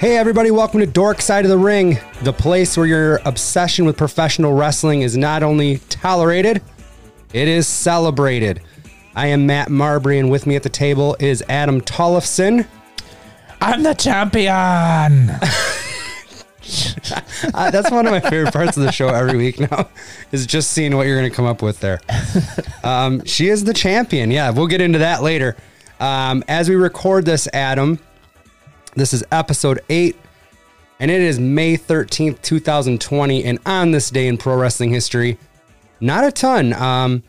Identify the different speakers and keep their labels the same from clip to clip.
Speaker 1: Hey, everybody, welcome to Dork Side of the Ring, the place where your obsession with professional wrestling is not only tolerated, it is celebrated. I am Matt Marbury, and with me at the table is Adam Tollefson.
Speaker 2: I'm the champion.
Speaker 1: Uh, that's one of my favorite parts of the show every week now, is just seeing what you're going to come up with there. Um, she is the champion. Yeah, we'll get into that later. Um, as we record this, Adam, this is episode eight, and it is May 13th, 2020. And on this day in pro wrestling history, not a ton. Um,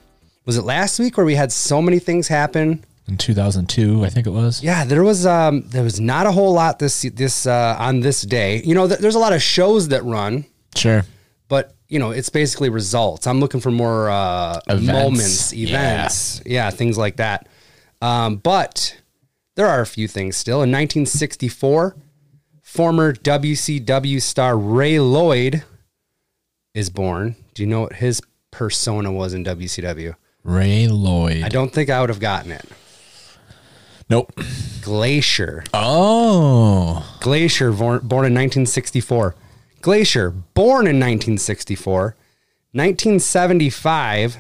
Speaker 1: was it last week where we had so many things happen?
Speaker 2: In 2002, I think it was.
Speaker 1: Yeah, there was um, there was not a whole lot this this uh, on this day. You know, th- there's a lot of shows that run
Speaker 2: Sure.
Speaker 1: but you know it's basically results i'm looking for more uh
Speaker 2: Events.
Speaker 1: moments
Speaker 2: Yeah.
Speaker 1: events yeah. things like that um but there are a few things still in 1964 former wcw star ray lloyd is born do you know what his persona was in wcw
Speaker 2: Ray Lloyd.
Speaker 1: i don't think i would have gotten it
Speaker 2: nope.
Speaker 1: glacier
Speaker 2: Oh.
Speaker 1: Glacier, vor- born in 1964. Glacier, born in 1964. 1975,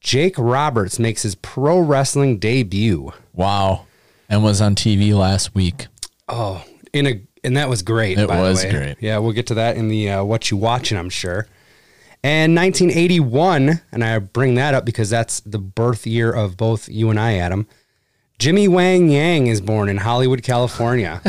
Speaker 1: Jake Roberts makes his pro wrestling debut.
Speaker 2: Wow. And was on TV last week.
Speaker 1: Oh, in a and that was great.
Speaker 2: It
Speaker 1: by the
Speaker 2: was
Speaker 1: way.
Speaker 2: great.
Speaker 1: Yeah, we'll get to that in the uh, what you watching, I'm sure. And 1981, and I bring that up because that's the birth year of both you and I, Adam. Jimmy Wang Yang is born in Hollywood, California.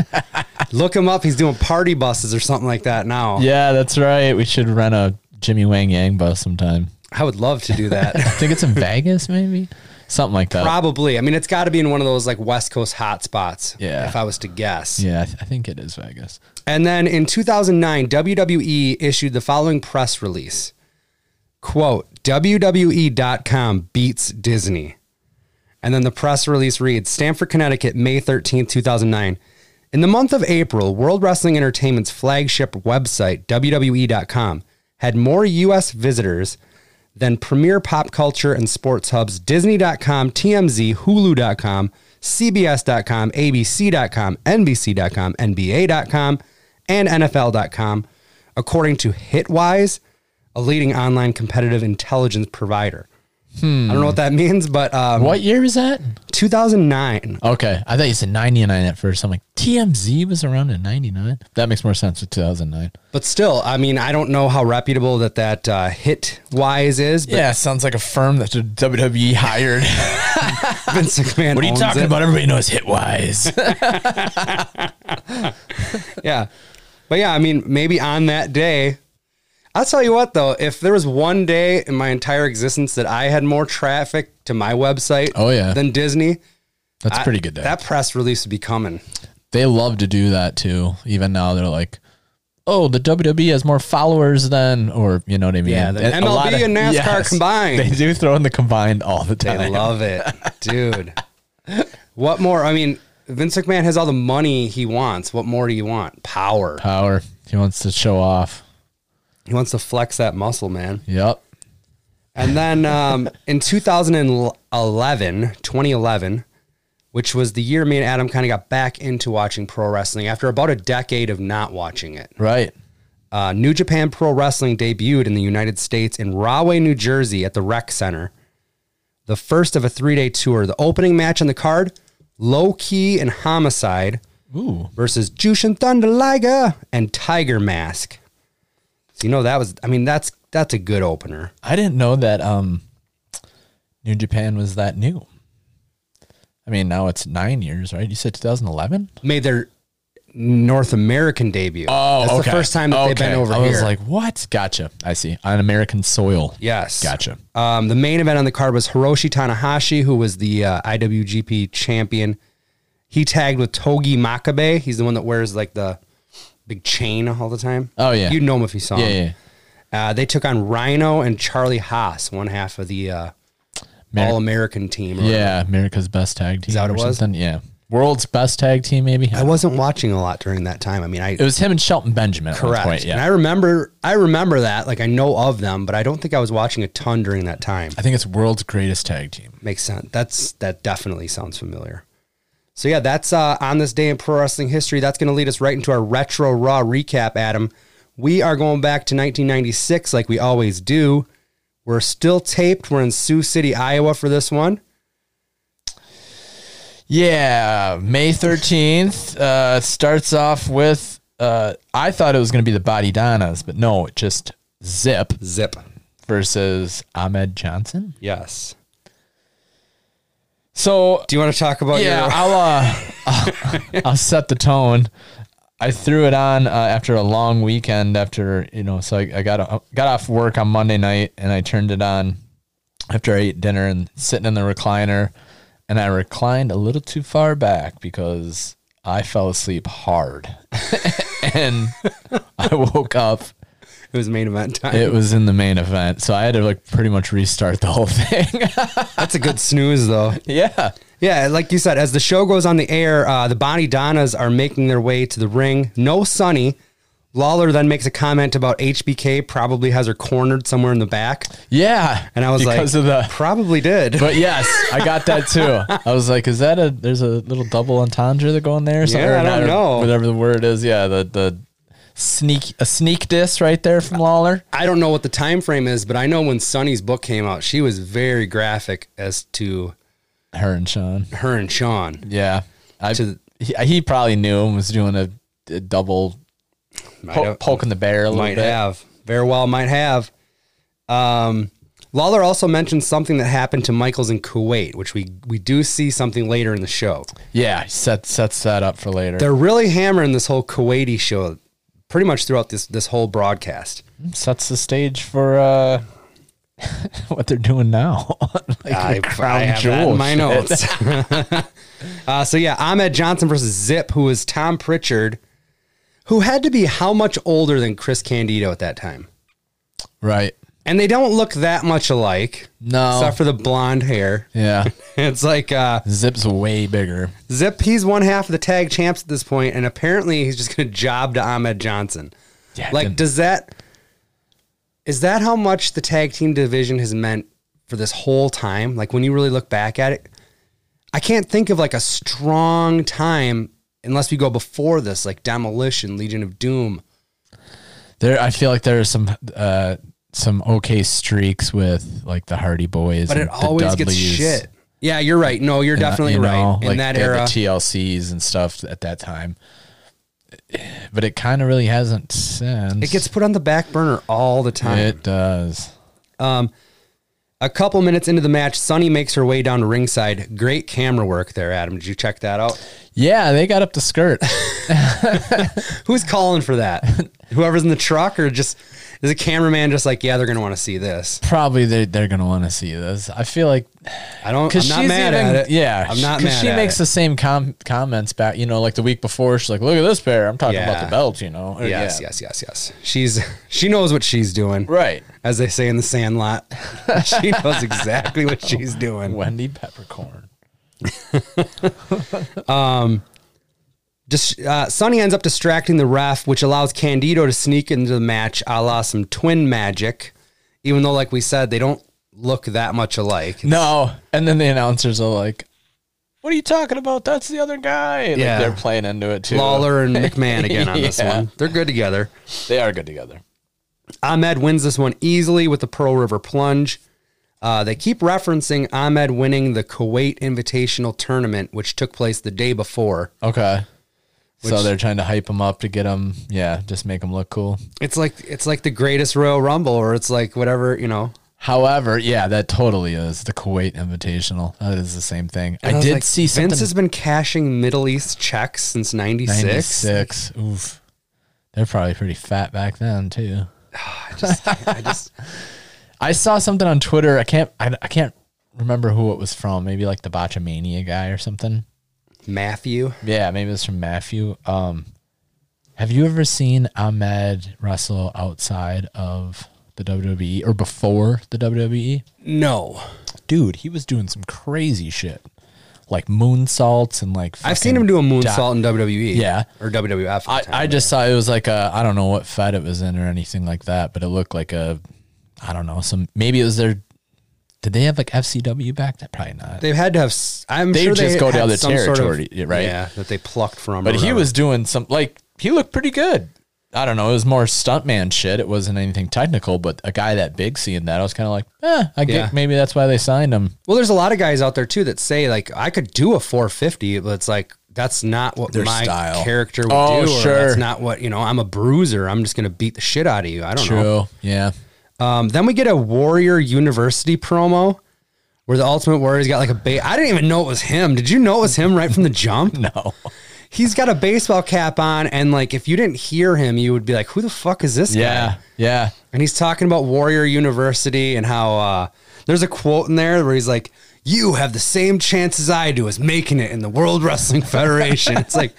Speaker 1: Look him up. He's doing party buses or something like that now.
Speaker 2: Yeah, that's right. We should rent a Jimmy Wang Yang bus sometime.
Speaker 1: I would love to do
Speaker 2: I
Speaker 1: that.
Speaker 2: think it's in Vegas, maybe? Something like that.
Speaker 1: Probably. I mean, it's got to be in one of those like West Coast hotspots.
Speaker 2: Yeah.
Speaker 1: If I was to guess.
Speaker 2: yeah, I, th- I think it is Vegas.
Speaker 1: And then in 2009, WWE E issued the following press release quote, WWE.com beats Disney. And then the press release reads Stamford, Connecticut, May 13th, 2009. In the month of April, World Wrestling Entertainment's flagship website, WWE.com, had more U.S. visitors than premier pop culture and sports hubs Disney.com, TMZ, Hulu.com, CBS.com, ABC.com, NBC.com, NBA.com, and NFL.com, according to Hitwise, a leading online competitive intelligence provider. I don't know what that means, but um,
Speaker 2: What year was that?
Speaker 1: 2009.
Speaker 2: Okay. I thought you said 99 at first. I'm like, TMZ was around in 99? That makes more sense with 2009.
Speaker 1: But still, I mean, I don't know how reputable that that uh, hit wise is. But
Speaker 2: Yeah, sounds like a firm that the WWE hired.
Speaker 1: Vince McMahon.
Speaker 2: What are you
Speaker 1: owns
Speaker 2: talking
Speaker 1: it.
Speaker 2: about? Everybody knows Hitwise.
Speaker 1: Yeah, but yeah, I mean, maybe on that day, I'll tell you what though, if there was one day in my entire existence that I had more traffic to my website,
Speaker 2: Oh, yeah.
Speaker 1: than Disney,
Speaker 2: That's
Speaker 1: I-
Speaker 2: pretty good. There.
Speaker 1: That press release would be coming.
Speaker 2: they love to do that too. Even now, they're like, "Oh, the WWE has more followers than," or you know what I mean?
Speaker 1: Yeah, the
Speaker 2: a
Speaker 1: MLB
Speaker 2: lot
Speaker 1: and NASCAR combined.
Speaker 2: They do throw in the combined all the time.
Speaker 1: I love it, dude. What more? I mean, Vince McMahon has all the money he wants. What more do you want? Power.
Speaker 2: Power. He wants to show off.
Speaker 1: He wants to flex that muscle, man.
Speaker 2: Yep.
Speaker 1: And then um, in 2011, 2011, which was the year me and Adam kind of got back into watching pro wrestling after about a decade of not watching it.
Speaker 2: Right.
Speaker 1: Uh, New Japan Pro Wrestling debuted in the United States in Rahway, New Jersey at the Rec Center. The first of a three day tour. The opening match on the card Low Key and Homicide
Speaker 2: Ooh.
Speaker 1: versus Jushin Thunder Liger and Tiger Mask. So, you know, that was, I mean, that's that's a good opener.
Speaker 2: I didn't know that um, New Japan was that new. I mean, now it's nine years, right? You said 2011.
Speaker 1: made their North American debut. That's the first time that they've been over
Speaker 2: Oh, I
Speaker 1: here.
Speaker 2: was like, "What? Gotcha. I see. On American soil.
Speaker 1: yes.
Speaker 2: Gotcha.
Speaker 1: Um, the main event on the card was Hiroshi Tanahashi, who was the uh, IWGP champion. He tagged with Togi Makabe. He's the one that wears like the big chain all the time.
Speaker 2: Oh, yeah.
Speaker 1: You'd know him if you saw
Speaker 2: Yeah,
Speaker 1: him.
Speaker 2: yeah.
Speaker 1: Uh, they took on Rhino and Charlie Haas, one half of the uh,
Speaker 2: Mer-
Speaker 1: All American team. or
Speaker 2: Yeah, America's best tag team.
Speaker 1: that what
Speaker 2: or
Speaker 1: it was?
Speaker 2: something. Yeah, world's best tag team. Maybe
Speaker 1: I wasn't watching a lot during that time. I mean, I
Speaker 2: it was him and Shelton Benjamin. At one
Speaker 1: Correct.
Speaker 2: point,
Speaker 1: And
Speaker 2: yeah,
Speaker 1: I remember I remember that. Like I know of them, but I don't think I was watching a ton during that time.
Speaker 2: I think it's world's greatest tag team.
Speaker 1: Makes sense. That's that definitely sounds familiar. So yeah, that's uh, on this day in pro wrestling history. That's going to lead us right into our retro Raw recap. Adam, we are going back to 1996 like we always do. We're still taped. We're in Sioux City, Iowa for this one.
Speaker 2: Yeah, May 13th uh, starts off with. Uh, I thought it was going to be the Body Donnas, but no, it just Zip
Speaker 1: Zip.
Speaker 2: versus Ahmed Johnson.
Speaker 1: Yes.
Speaker 2: So
Speaker 1: Do you want to talk about
Speaker 2: yeah,
Speaker 1: your?
Speaker 2: I'll, uh, I'll I'll set the tone. I threw it on uh, after a long weekend. After you know, so I, I got uh, got off work on Monday night, and I turned it on after I ate dinner and sitting in the recliner, and I reclined a little too far back because I fell asleep hard, and I woke up.
Speaker 1: It was main event time.
Speaker 2: It was in the main event, so I had to like pretty much restart the whole thing.
Speaker 1: That's a good snooze though.
Speaker 2: yeah.
Speaker 1: Yeah, like you said, as the show goes on the air, uh, the Bonnie Donnas are making their way to the ring. No Sonny. Lawler then makes a comment about HBK probably has her cornered somewhere in the back,
Speaker 2: Yeah.
Speaker 1: and I was
Speaker 2: because
Speaker 1: like,
Speaker 2: of the
Speaker 1: probably did.
Speaker 2: But yes, I got that too. I was like, is that a there's a little double entendre that going there? Or something?
Speaker 1: Yeah, I
Speaker 2: Or
Speaker 1: don't
Speaker 2: not-
Speaker 1: know.
Speaker 2: Whatever the word is, yeah, the the sneak a sneak diss right there from Lawler.
Speaker 1: I don't know what the time frame is, but I know when Sonny's book came out, she was very graphic as to
Speaker 2: Her and Sean.
Speaker 1: her and Sean.
Speaker 2: Yeah. I
Speaker 1: To-
Speaker 2: he, he probably knew and was doing a, a double
Speaker 1: Might
Speaker 2: po-
Speaker 1: have-
Speaker 2: poking the bear a little
Speaker 1: might
Speaker 2: bit.
Speaker 1: have very well might have. Um, Lawler also mentioned something that happened to Michaels in Kuwait, which we we do see something later in the show.
Speaker 2: Yeah, he sets sets that up for later.
Speaker 1: They're really hammering this whole Kuwaiti show pretty much throughout this this whole broadcast.
Speaker 2: sets the stage for uh what they're doing now. like
Speaker 1: I,
Speaker 2: the
Speaker 1: I
Speaker 2: crown
Speaker 1: have that
Speaker 2: jewel
Speaker 1: in my
Speaker 2: shit.
Speaker 1: notes. uh, so yeah, Ahmed Johnson versus Zip, who was Tom Pritchard, who had to be how much older than Chris Candido at that time,
Speaker 2: Right.
Speaker 1: and they don't look that much alike,
Speaker 2: No.
Speaker 1: except for the blonde hair.
Speaker 2: Yeah.
Speaker 1: It's like uh,
Speaker 2: Zip's way bigger.
Speaker 1: Zip. He's one half of the tag champs at this point, and apparently he's just going to job to Ahmed Johnson.
Speaker 2: Yeah, it
Speaker 1: like,
Speaker 2: didn't-
Speaker 1: does that is that how much the tag team division has meant for this whole time? Like, when you really look back at it, I can't think of like a strong time unless we go before this, like Demolition, Legion of Doom.
Speaker 2: There, I feel like there are some uh, some okay streaks with like the Hardy Boys,
Speaker 1: But it
Speaker 2: and the
Speaker 1: always gets
Speaker 2: Dudleys,
Speaker 1: shit. Yeah, you're right. No, you're
Speaker 2: uh,
Speaker 1: definitely
Speaker 2: you know,
Speaker 1: right. In
Speaker 2: like
Speaker 1: that
Speaker 2: they had
Speaker 1: era,
Speaker 2: the TLCs and stuff at that time. But it kind of really hasn't since.
Speaker 1: it gets put on the back burner all the time.
Speaker 2: It does.
Speaker 1: A couple minutes into the match, Sonny makes her way down to ringside. Great camera work there, Adam. Did you check that out?
Speaker 2: Yeah, they got up the skirt.
Speaker 1: Who's calling for that? Whoever's in the truck, or just is a cameraman just like, yeah, they're gonna want to see this.
Speaker 2: Probably they they're gonna want to see this. I feel like
Speaker 1: I don't.
Speaker 2: because
Speaker 1: I'm not
Speaker 2: she's
Speaker 1: mad
Speaker 2: even,
Speaker 1: at it.
Speaker 2: Yeah,
Speaker 1: I'm not mad.
Speaker 2: she
Speaker 1: at
Speaker 2: makes
Speaker 1: it.
Speaker 2: the same com- comments back. You know, like the week before, she's like, "Look at this pair." I'm talking about
Speaker 1: Yeah.
Speaker 2: the belt. You know. Or,
Speaker 1: Yes,
Speaker 2: yeah.
Speaker 1: yes, yes, yes. She's she knows what she's doing,
Speaker 2: Right.
Speaker 1: as they say in the Sandlot. she knows exactly what she's doing.
Speaker 2: Wendy Peppercorn.
Speaker 1: Dis- uh, Sonny ends up distracting the ref, which allows Candido to sneak into the match a la some twin magic, even though, like we said, they don't look that much alike.
Speaker 2: No. And then the announcers are like, What are you talking about? That's the other guy. Like,
Speaker 1: Yeah.
Speaker 2: they're playing into it too.
Speaker 1: Lawler and McMahon again on this
Speaker 2: Yeah.
Speaker 1: one. They're good together.
Speaker 2: They are good together.
Speaker 1: Ahmed wins this one easily with the Pearl River plunge. Uh, they keep referencing Ahmed winning the Kuwait Invitational Tournament, which took place the day before.
Speaker 2: Okay. so
Speaker 1: Which-
Speaker 2: they're trying to hype him up to get him, yeah, just make him look cool.
Speaker 1: It's like it's like the greatest Royal Rumble, or it's like whatever you know.
Speaker 2: However, yeah, that totally is the Kuwait Invitational. That is the same thing. I,
Speaker 1: was
Speaker 2: did
Speaker 1: like,
Speaker 2: see something.
Speaker 1: Vince has been cashing Middle East checks since '96.
Speaker 2: 96. Oof. They're probably pretty fat back then too.
Speaker 1: I just, I just,
Speaker 2: I saw something on Twitter. I can't. I, I can't remember who it was from. Maybe like the Botchamania guy or something.
Speaker 1: Matthew.
Speaker 2: Yeah, maybe it's from Matthew. Um, have you ever seen Ahmed wrestle outside of the WWE or before the WWE?
Speaker 1: No,
Speaker 2: Dude, he was doing some crazy shit, like moonsaults and like.
Speaker 1: I've seen
Speaker 2: fucking
Speaker 1: him do a
Speaker 2: di-
Speaker 1: moonsault in WWE.
Speaker 2: Yeah.
Speaker 1: or WWF. at the
Speaker 2: I,
Speaker 1: time.
Speaker 2: I just saw it was like a I don't know what fed it was in or anything like that, but it looked like a I don't know some maybe it was their Did they have like FCW back? That probably not.
Speaker 1: They had to have. s- I'm
Speaker 2: They
Speaker 1: sure
Speaker 2: just
Speaker 1: they
Speaker 2: go to
Speaker 1: had
Speaker 2: other
Speaker 1: some sort of-
Speaker 2: territory, yeah, right?
Speaker 1: Yeah, that they plucked from.
Speaker 2: but
Speaker 1: or
Speaker 2: he
Speaker 1: whatever.
Speaker 2: was doing some like he looked pretty good. I don't know. It was more stuntman shit. It wasn't anything technical. But a guy that big seeing that, I was kind of like, eh, I
Speaker 1: Yeah.
Speaker 2: get maybe that's why they signed him.
Speaker 1: Well, there's a lot of guys out there too that say like I could do a 450, but it's like that's not what
Speaker 2: Their
Speaker 1: my
Speaker 2: style.
Speaker 1: character would
Speaker 2: Oh,
Speaker 1: do. Or
Speaker 2: sure.
Speaker 1: that's not what you know. I'm a bruiser. I'm just gonna beat the shit out of you. I don't know.
Speaker 2: Yeah.
Speaker 1: Um, then we get a Warrior University promo where the Ultimate Warrior's got like a bait. I didn't even know it was him. Did you know it was him right from the jump?
Speaker 2: No.
Speaker 1: He's got a baseball cap on, and like if you didn't hear him, you would be like, "Who the fuck is this guy?"
Speaker 2: Yeah. Yeah.
Speaker 1: And he's talking about Warrior University and how uh, there's a quote in there where he's like, "You have the same chance as I do as making it in the World Wrestling Federation." it's like,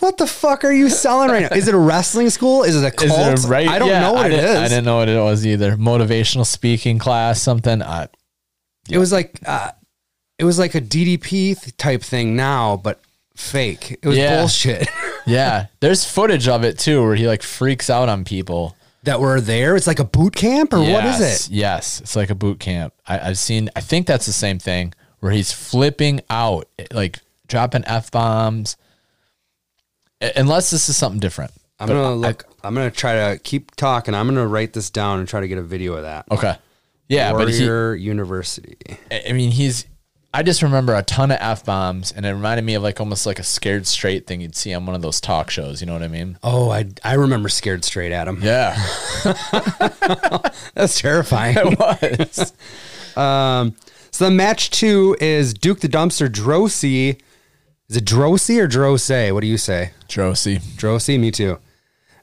Speaker 1: what the fuck are you selling right now? Is it a wrestling school? Is it a
Speaker 2: Is
Speaker 1: cult?
Speaker 2: it a right?
Speaker 1: I don't
Speaker 2: yeah,
Speaker 1: know what
Speaker 2: I
Speaker 1: it
Speaker 2: didn't-
Speaker 1: is.
Speaker 2: I didn't know what it was either. Motivational speaking class, something. I,
Speaker 1: It was like uh, it was like a DDP th- type thing now, but fake. It was
Speaker 2: Yeah.
Speaker 1: bullshit
Speaker 2: yeah. There's footage of it too, where he like freaks out on people.
Speaker 1: that were there. It's like a boot camp or what is
Speaker 2: Yes,
Speaker 1: it?
Speaker 2: Yes, it's like a boot camp. I, I've seen. I think that's the same thing where he's flipping out, eh, like dropping f bombs. Unless this is something different.
Speaker 1: I'm gonna look. I, am gonna try to keep talking. I'm gonna write this down and try to get a video of that.
Speaker 2: Okay. Yeah,
Speaker 1: Warrior University.
Speaker 2: but he. I mean, he's. I just remember a ton of f bombs, and it reminded me of like almost like a scared straight thing you'd see on one of those talk shows. You know what I mean?
Speaker 1: Oh, I I remember scared straight at him.
Speaker 2: Yeah,
Speaker 1: That's terrifying.
Speaker 2: it was.
Speaker 1: so the match two is Duke the Dumpster Drosy. Is it Drosy or Drose? What do you say?
Speaker 2: Drosy,
Speaker 1: Drosy, me too.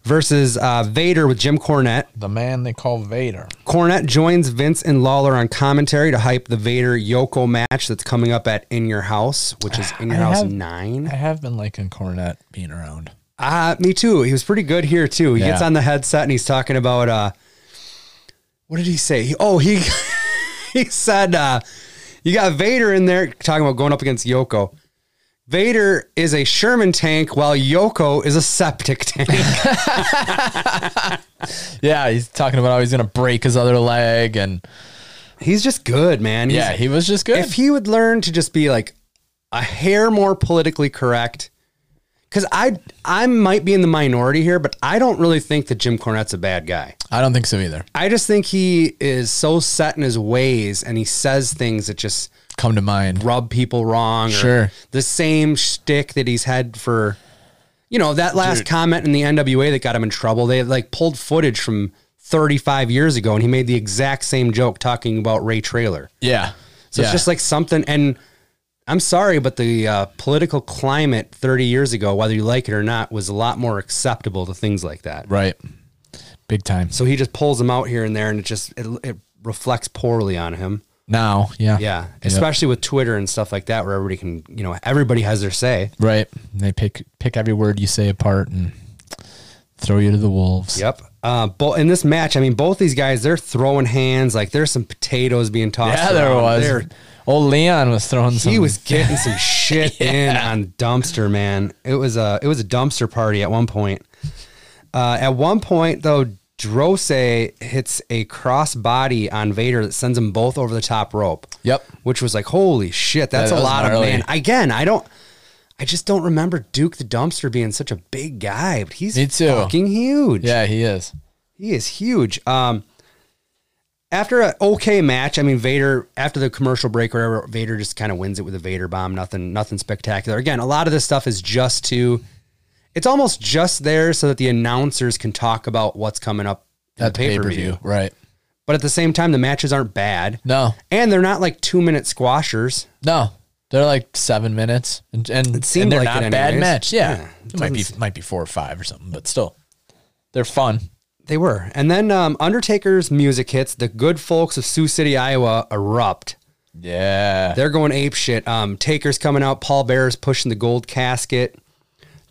Speaker 1: Versus uh, Vader with Jim Cornette.
Speaker 2: the man they call Vader.
Speaker 1: Cornette joins Vince and Lawler on commentary to hype the Vader Yoko match that's coming up at In Your House, which is In Your
Speaker 2: I
Speaker 1: House
Speaker 2: have-
Speaker 1: 9.
Speaker 2: I have been liking Cornette being around.
Speaker 1: Uh, me too. He was pretty good here too. He gets
Speaker 2: Yeah.
Speaker 1: on the headset and he's talking about uh what did he say? He- oh, he he said uh you got Vader in there talking about going up against Yoko. Vader is a Sherman tank while Yoko is a septic tank.
Speaker 2: Yeah, he's talking about how he's gonna break his other leg, and
Speaker 1: he's just good, man. He's-
Speaker 2: yeah, he was just good.
Speaker 1: if he would learn to just be like a hair more politically correct because i i might be in the minority here but i don't really think that jim cornette's a bad guy
Speaker 2: I don't think so either.
Speaker 1: i just think he is so set in his ways and he says things that just
Speaker 2: Come to mind.
Speaker 1: rub people wrong or
Speaker 2: Sure.
Speaker 1: the same shtick that he's had for you know that last comment in the nwa that got him in trouble they like pulled footage from 35 years ago and he made the exact same joke talking about ray trailer
Speaker 2: Yeah.
Speaker 1: so it's just like something, and I'm sorry, but the uh, political climate 30 years ago, whether you like it or not, was a lot more acceptable to things like that.
Speaker 2: right, big time.
Speaker 1: So he just pulls them out here and there, and it just it, it reflects poorly on him.
Speaker 2: Now, yeah,
Speaker 1: Yeah, especially with Twitter and stuff like that, where everybody can, you know, everybody has their say.
Speaker 2: right. And they pick pick every word you say apart and throw you to the wolves.
Speaker 1: Yep. Uh, but in this match, I mean, both these guys, they're throwing hands. Like there's some potatoes being tossed.
Speaker 2: Yeah, there
Speaker 1: around.
Speaker 2: was.
Speaker 1: They're-
Speaker 2: Old Leon was throwing some.
Speaker 1: he was getting some shit in on dumpster man it was a it was a dumpster party at one point uh, at one point though drose hits a cross body on vader that sends them both over the top rope
Speaker 2: Yep.
Speaker 1: which was like holy shit that's
Speaker 2: that
Speaker 1: a
Speaker 2: was
Speaker 1: lot
Speaker 2: gnarly.
Speaker 1: of man again i don't i just don't remember duke the dumpster being such a big guy but he's
Speaker 2: Me too.
Speaker 1: fucking huge
Speaker 2: Yeah, he is.
Speaker 1: he is huge. Um, after an okay match, I mean Vader. After the commercial break, or whatever, Vader just kind of wins it with a Vader bomb. Nothing, nothing spectacular. Again, a lot of this stuff is just to. It's almost just there so that the announcers can talk about what's coming up at
Speaker 2: At the pay per view. Right.
Speaker 1: But at the same time, the matches aren't bad,
Speaker 2: No,
Speaker 1: and they're not like two minute squashers.
Speaker 2: no. They're like seven minutes, and and, it
Speaker 1: seemed
Speaker 2: and they're
Speaker 1: like
Speaker 2: not
Speaker 1: it
Speaker 2: a bad
Speaker 1: anyways.
Speaker 2: match. Yeah,
Speaker 1: Yeah,
Speaker 2: it might be might be four or five or something, but still, they're fun.
Speaker 1: They were, and then um, Undertaker's music hits. The good folks of Sioux City, Iowa, erupt.
Speaker 2: Yeah,
Speaker 1: They're going ape shit. Um, Taker's coming out. Paul Bearer's pushing the gold casket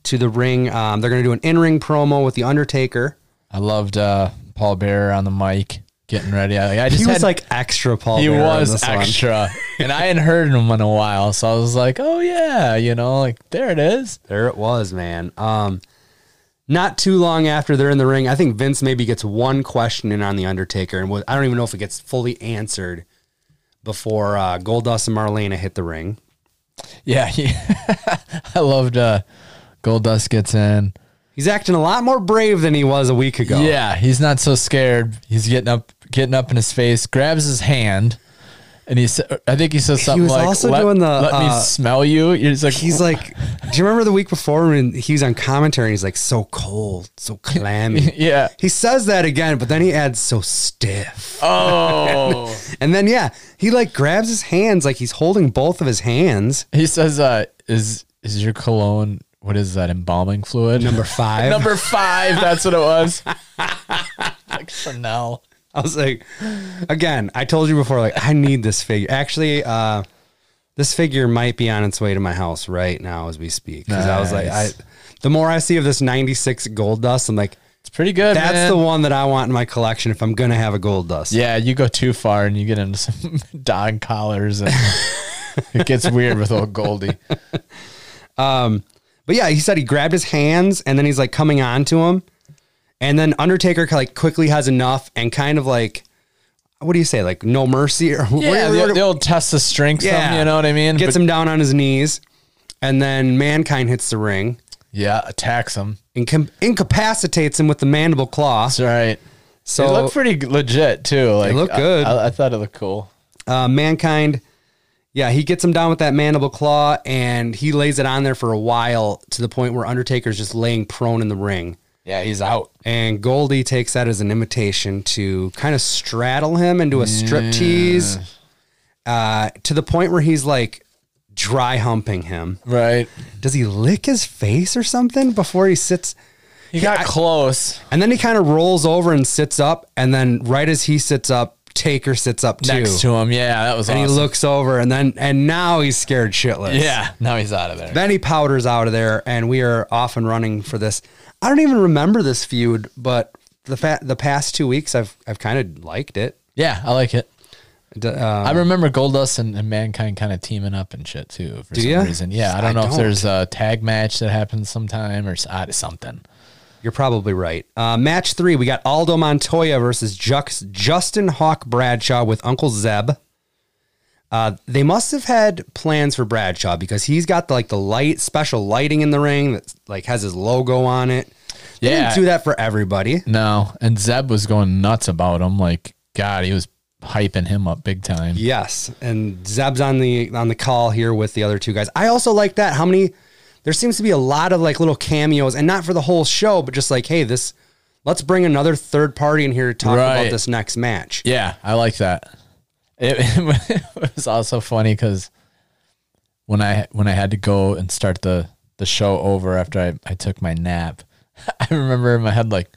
Speaker 1: to the ring. Um, they're going to do an in-ring promo with the Undertaker.
Speaker 2: I loved uh, Paul Bearer on the mic getting ready. I, I just
Speaker 1: He
Speaker 2: had,
Speaker 1: was like extra Paul.
Speaker 2: he
Speaker 1: Bearer in
Speaker 2: was
Speaker 1: this one.
Speaker 2: extra, and I hadn't heard him in a while, so I was like, oh yeah, you know, like there it is.
Speaker 1: There it was, man. Um, not too long after they're in the ring, I think Vince maybe gets one question in on the Undertaker, and wa- I don't even know if it gets fully answered. before uh, Goldust and Marlena hit the ring.
Speaker 2: Yeah, he, I loved uh, Goldust gets in.
Speaker 1: He's acting a lot more brave than he was a week ago.
Speaker 2: Yeah, he's not so scared. He's getting up, getting up in his face, grabs his hand, and he. sa- I think he says something
Speaker 1: was
Speaker 2: like,
Speaker 1: also
Speaker 2: "Let,
Speaker 1: doing the,
Speaker 2: let
Speaker 1: uh,
Speaker 2: me smell you." He's like,
Speaker 1: He's like, do you remember the week before when he was on commentary? And he's like, so cold, so clammy.
Speaker 2: "Yeah,
Speaker 1: He says that again, but then he adds, so stiff.
Speaker 2: oh."
Speaker 1: And then, yeah, he like grabs his hands like he's holding both of his hands.
Speaker 2: he says, uh, "Is is your cologne? What is that embalming fluid?"
Speaker 1: Number five.
Speaker 2: Number five. That's what it was. like Chanel.
Speaker 1: I was like, again, I told you before, like, I need this figure. Actually, uh, this figure might be on its way to my house right now as we speak. Because I was like, I,
Speaker 2: Nice.
Speaker 1: the more I see of this 96 gold dust, I'm like,
Speaker 2: It's pretty good.
Speaker 1: that's
Speaker 2: man.
Speaker 1: the one that I want in my collection if I'm going to have a gold dust.
Speaker 2: Yeah, you go too far and you get into some dog collars and it gets weird with old Goldie.
Speaker 1: But yeah, he said he grabbed his hands and then he's like coming on to him. And then Undertaker like quickly has enough and kind of like, what do you say? Like no mercy or
Speaker 2: Yeah,
Speaker 1: what-
Speaker 2: the,
Speaker 1: what-
Speaker 2: the old test of strength. Yeah.
Speaker 1: Yeah.
Speaker 2: you know what I mean?
Speaker 1: gets him down on his knees. And then Mankind hits the ring
Speaker 2: yeah, attacks him.
Speaker 1: and com- incapacitates him with the mandible claw.
Speaker 2: That's right.
Speaker 1: So
Speaker 2: it looked pretty legit too. Like
Speaker 1: looked
Speaker 2: I-
Speaker 1: good.
Speaker 2: I, I thought it looked cool.
Speaker 1: uh, Mankind, yeah, he gets him down with that mandible claw and he lays it on there for a while to the point where Undertaker's just laying prone in the ring.
Speaker 2: Yeah, he's out.
Speaker 1: And Goldie takes that as an invitation to kind of straddle him into a strip tease uh, to the point where he's like dry humping him.
Speaker 2: Right.
Speaker 1: Does he lick his face or something before he sits?
Speaker 2: He got close.
Speaker 1: And then he kind of rolls over and sits up. And then right as he sits up, Taker sits up too.
Speaker 2: Next to him. Yeah, that was
Speaker 1: and he
Speaker 2: awesome.
Speaker 1: looks over and then and now he's scared shitless.
Speaker 2: yeah, now he's out of there.
Speaker 1: Then he powders out of there and we are off and running for this. I don't even remember this feud, but the fa- the past 2 weeks I've I've kind of liked it.
Speaker 2: yeah, I like it.
Speaker 1: D- uh,
Speaker 2: I remember Goldust and, and Mankind kind of teaming up and shit too. For some
Speaker 1: ya?
Speaker 2: reason, yeah. I don't
Speaker 1: I
Speaker 2: know
Speaker 1: don't.
Speaker 2: if there's a tag match that happens sometime or s- uh, something.
Speaker 1: you're probably right. Uh, match 3, we got Aldo Montoya versus Jux, Justin Hawk Bradshaw with Uncle Zeb. Uh, they must have had plans for Bradshaw because he's got like the light special lighting in the ring that like has his logo on it. They
Speaker 2: Yeah.
Speaker 1: didn't do that for everybody.
Speaker 2: No, and Zeb was going nuts about him. Like God, he was hyping him up big time.
Speaker 1: Yes, and Zeb's on the on the call here with the other two guys. I also like that. How many? There seems to be a lot of like little cameos, and not for the whole show, but just like, hey, this. Let's bring another third party in here to talk about
Speaker 2: Right.
Speaker 1: this next match.
Speaker 2: Yeah, I like that. It, it was also funny because when I when I had to go and start the the show over after I, I took my nap, I remember in my head like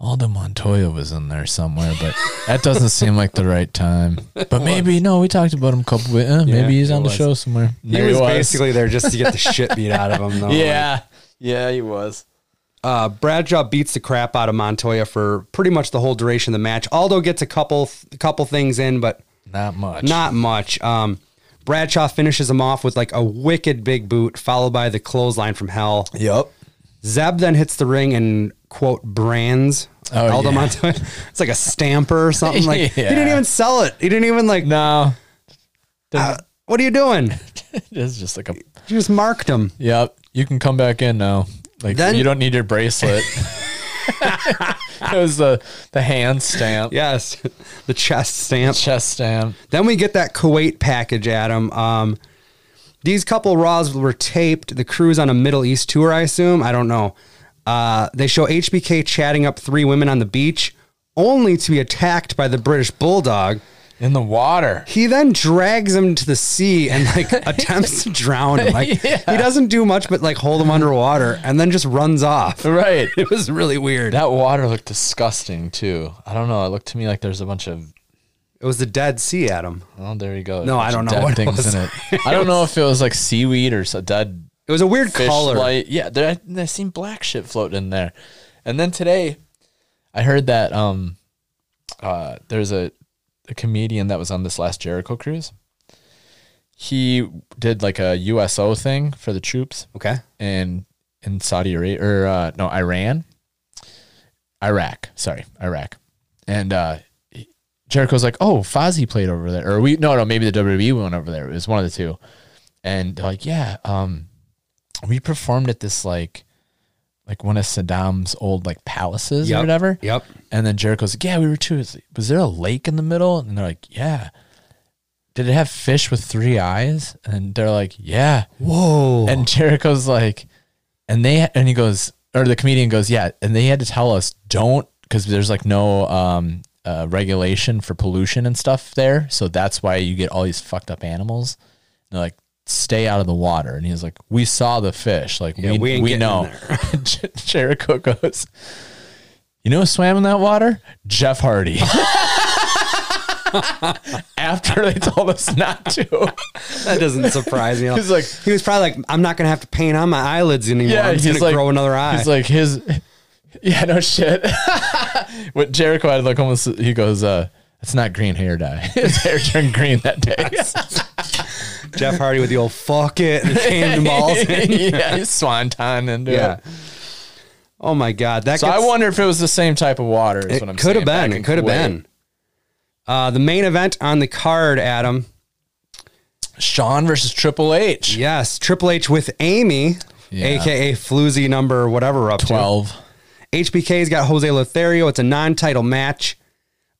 Speaker 2: Aldo Montoya was in there somewhere, but that doesn't seem like the right time. But maybe no, we talked about him a couple. Of, uh, maybe he's
Speaker 1: it
Speaker 2: on the
Speaker 1: was.
Speaker 2: show somewhere.
Speaker 1: He was, basically there just to get the shit beat out of him, though. Uh, Like,
Speaker 2: yeah, yeah, he was.
Speaker 1: uh, Bradshaw beats the crap out of Montoya for pretty much the whole duration of the match. Aldo gets a couple a couple things in, but
Speaker 2: Not much.
Speaker 1: Not much. Um, Bradshaw finishes him off with like a wicked big boot, followed by the clothesline from hell.
Speaker 2: Yep.
Speaker 1: Zeb then hits the ring and quote brands
Speaker 2: Oh,
Speaker 1: Aldo
Speaker 2: yeah.
Speaker 1: Montoya. It's like a stamper or something. Like he
Speaker 2: Yeah.
Speaker 1: didn't even sell it. He didn't even like.
Speaker 2: No,
Speaker 1: uh, what are you doing?
Speaker 2: it's just like a
Speaker 1: You just marked him.
Speaker 2: Yep. You can come back in now. Like
Speaker 1: Then-
Speaker 2: you don't need your bracelet. it was the the hand stamp,
Speaker 1: Yes, the chest stamp.
Speaker 2: chest stamp.
Speaker 1: Then we get that Kuwait package, Adam. Um, these couple Raws were taped. The crew's on a Middle East tour, I assume. I don't know. Uh, they show HBK chatting up three women on the beach, only to be attacked by the British Bulldog.
Speaker 2: In the water.
Speaker 1: He then drags him to the sea and like attempts to drown him. Like he doesn't do much but like hold him underwater and then just runs off.
Speaker 2: Right.
Speaker 1: It was really weird.
Speaker 2: that water looked disgusting too. I don't know. It looked to me like there's a bunch of
Speaker 1: It was the Dead Sea, Adam.
Speaker 2: oh there you go.
Speaker 1: No,
Speaker 2: Bunch
Speaker 1: I
Speaker 2: of
Speaker 1: don't know
Speaker 2: dead
Speaker 1: what it
Speaker 2: things
Speaker 1: was.
Speaker 2: in it. I don't know if it was like seaweed or so dead
Speaker 1: It was a weird
Speaker 2: fish
Speaker 1: color.
Speaker 2: light. Yeah, there, I, I seen black shit floating in there. And then today, I heard that um, uh, there's a, a comedian that was on this last Jericho cruise. He did like a USO thing for the troops
Speaker 1: Okay.
Speaker 2: in in Saudi Arabia or uh, no Iran, Iraq. Sorry, Iraq, and uh, he- Jericho's like, "Oh, Fozzy played over there," or we no no maybe the WWE went over there. It was one of the two, and they're like, "Yeah, um, we performed at this like." Like one of Saddam's old like palaces
Speaker 1: Yep.
Speaker 2: or whatever.
Speaker 1: Yep.
Speaker 2: And then Jericho's like, "Yeah, we were too." It's like, was there a lake in the middle? And they're like, "Yeah." Did it have fish with three eyes? And they're like, "Yeah."
Speaker 1: Whoa.
Speaker 2: And Jericho's like, and they and he goes, or the comedian goes, yeah. And they had to tell us don't because there's like no um, uh, regulation for pollution and stuff there, so that's why you get all these fucked up animals. And they're like, stay out of the water. And he's like, we saw the fish, like
Speaker 1: Yeah, we
Speaker 2: we we,
Speaker 1: ain't getting in
Speaker 2: know. Jer- Jericho goes. You know who swam in that water? Jeff Hardy. After they told us not to.
Speaker 1: that doesn't surprise me. at all.
Speaker 2: He's like-
Speaker 1: he was probably like, I'm not gonna have to paint on my eyelids anymore.
Speaker 2: Yeah,
Speaker 1: I'm just
Speaker 2: he's
Speaker 1: gonna
Speaker 2: like
Speaker 1: grow another eye.
Speaker 2: He's like his. Yeah, no shit. what Jericho had like almost he goes, uh, "It's not green hair dye. His hair turned green that day."
Speaker 1: Jeff Hardy with the old fuck it and the cannonballs.
Speaker 2: yeah, he's swanton and
Speaker 1: yeah. Oh my god, that
Speaker 2: So
Speaker 1: gets,
Speaker 2: I wonder if it was the same type of water. Is
Speaker 1: It
Speaker 2: what I'm
Speaker 1: could have
Speaker 2: saying, back
Speaker 1: been.
Speaker 2: in
Speaker 1: It could have
Speaker 2: Kuwait.
Speaker 1: been. Uh, the main event on the card, Adam.
Speaker 2: Sean versus Triple H.
Speaker 1: Yes, Triple H with Amy,
Speaker 2: Yeah.
Speaker 1: aka Floozy number whatever we're up to.
Speaker 2: Twelve.
Speaker 1: HBK's got Jose Lothario. It's a non-title match.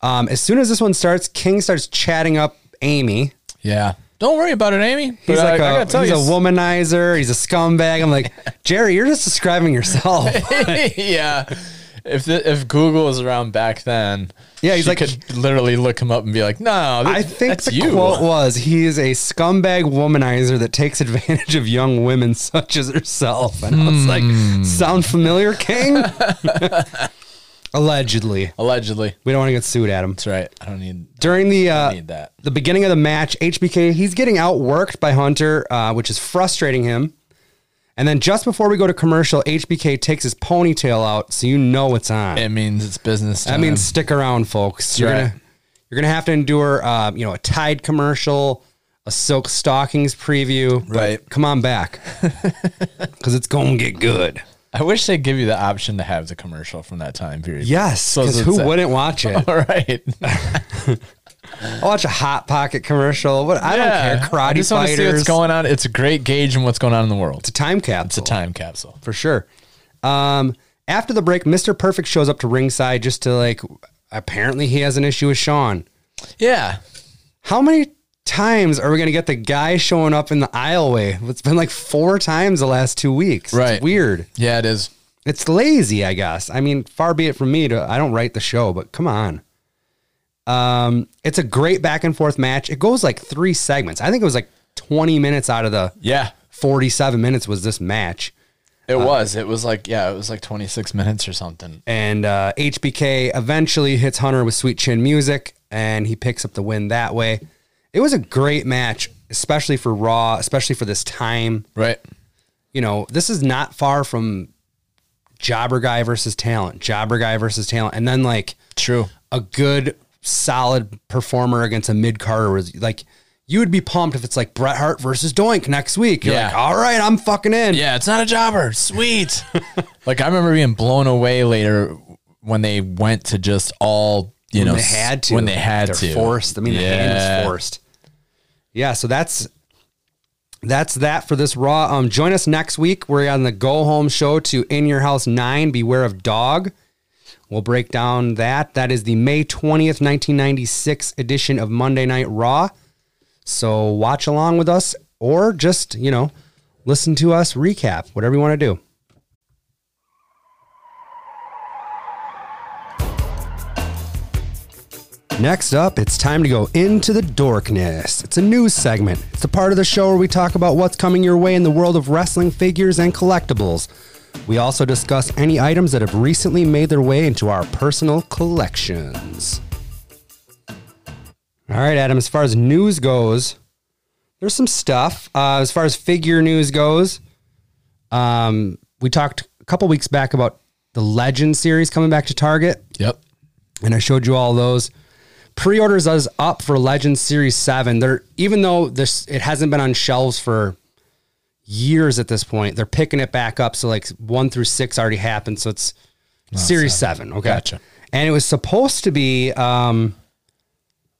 Speaker 1: Um, as soon as this one starts, King starts chatting up Amy.
Speaker 2: Yeah. Don't worry about it, Amy.
Speaker 1: He's
Speaker 2: But
Speaker 1: like
Speaker 2: I- I
Speaker 1: a
Speaker 2: gotta tell
Speaker 1: he's a
Speaker 2: you s-
Speaker 1: womanizer. He's a scumbag. I'm like, Jerry, you're just describing yourself.
Speaker 2: yeah. If the, if Google was around back then,
Speaker 1: Yeah, he's
Speaker 2: she
Speaker 1: like-
Speaker 2: could literally look him up and be like, "No, th-
Speaker 1: I think
Speaker 2: that's
Speaker 1: the
Speaker 2: you."
Speaker 1: quote was, "He is a scumbag womanizer that takes advantage of young women such as herself." And I was
Speaker 2: Hmm.
Speaker 1: like, "Sound familiar, King?" Allegedly,
Speaker 2: Allegedly,
Speaker 1: we don't want to get sued, Adam.
Speaker 2: that's right. I don't need
Speaker 1: During the uh,
Speaker 2: need that.
Speaker 1: the beginning of the match, HBK he's getting outworked by Hunter, uh, which is frustrating him. And then just before we go to commercial, HBK takes his ponytail out, so you know it's on.
Speaker 2: It means it's business. Time.
Speaker 1: That means stick around, folks. You're
Speaker 2: right.
Speaker 1: gonna you're gonna have to endure, uh, you know, a Tide commercial, a silk stockings preview. but
Speaker 2: Right.
Speaker 1: Come on back, because it's gonna get good.
Speaker 2: I wish they would give you the option to have the commercial from that time period.
Speaker 1: Yes,
Speaker 2: So
Speaker 1: because
Speaker 2: it's
Speaker 1: who
Speaker 2: a-
Speaker 1: wouldn't watch it?
Speaker 2: All right.
Speaker 1: I watch a hot pocket commercial. What I don't care. Karate
Speaker 2: I just want to
Speaker 1: fighters.
Speaker 2: see what's going on. It's a great gauge on what's going on in the world.
Speaker 1: It's a time capsule.
Speaker 2: It's a time capsule.
Speaker 1: for sure. Um, after the break, Mister Perfect shows up to ringside just to like. Apparently, he has an issue with Sean.
Speaker 2: Yeah.
Speaker 1: How many times are we going to get the guy showing up in the aisleway? It's been like four times the last two weeks.
Speaker 2: Right.
Speaker 1: It's weird.
Speaker 2: Yeah, it is.
Speaker 1: It's lazy, I guess. I mean, far be it from me to, I don't write the show, but come on. Um, it's a great back and forth match. It goes like three segments. I think it was like 20 minutes out of the
Speaker 2: Yeah.
Speaker 1: 47 minutes was this match.
Speaker 2: It
Speaker 1: Uh,
Speaker 2: was. It was like yeah, it was like 26 minutes or something.
Speaker 1: And uh, HBK eventually hits Hunter with Sweet Chin Music, and he picks up the win that way. It was a great match, especially for Raw, especially for this time.
Speaker 2: Right.
Speaker 1: you know, this is not far from jobber guy versus talent, jobber guy versus talent, and then like
Speaker 2: True.
Speaker 1: a good solid performer against a mid carder was like you would be pumped if it's like Bret Hart versus Doink next week. You're
Speaker 2: Yeah.
Speaker 1: like, all right, I'm fucking in.
Speaker 2: Yeah, it's not a jobber. Sweet. like I remember being blown away later when they went to just all you know
Speaker 1: when they had to.
Speaker 2: when they had
Speaker 1: They're
Speaker 2: to
Speaker 1: forced. I mean, the hand
Speaker 2: Yeah.
Speaker 1: was forced. Yeah, so that's that's that for this raw. Um, join us next week. We're on the go home show to In Your House Nine. Beware of Dog. We'll break down that. That is the May twentieth, nineteen ninety six edition of Monday Night Raw. So watch along with us, or just you know listen to us recap whatever you want to do. Next up, it's time to go into the dorkness. It's a news segment. It's the part of the show where we talk about what's coming your way in the world of wrestling figures and collectibles. We also discuss any items that have recently made their way into our personal collections. All right, Adam, as far as news goes, there's some stuff. Uh, as far as figure news goes, um, we talked a couple weeks back about the Legend series coming back to Target
Speaker 2: Yep.
Speaker 1: and I showed you all those. Pre-orders is up for Legends Series Seven. They're even though this it hasn't been on shelves for years at this point, they're picking it back up. So like one through six already happened. So it's Series Seven. okay,
Speaker 2: Gotcha.
Speaker 1: and it was supposed to be um,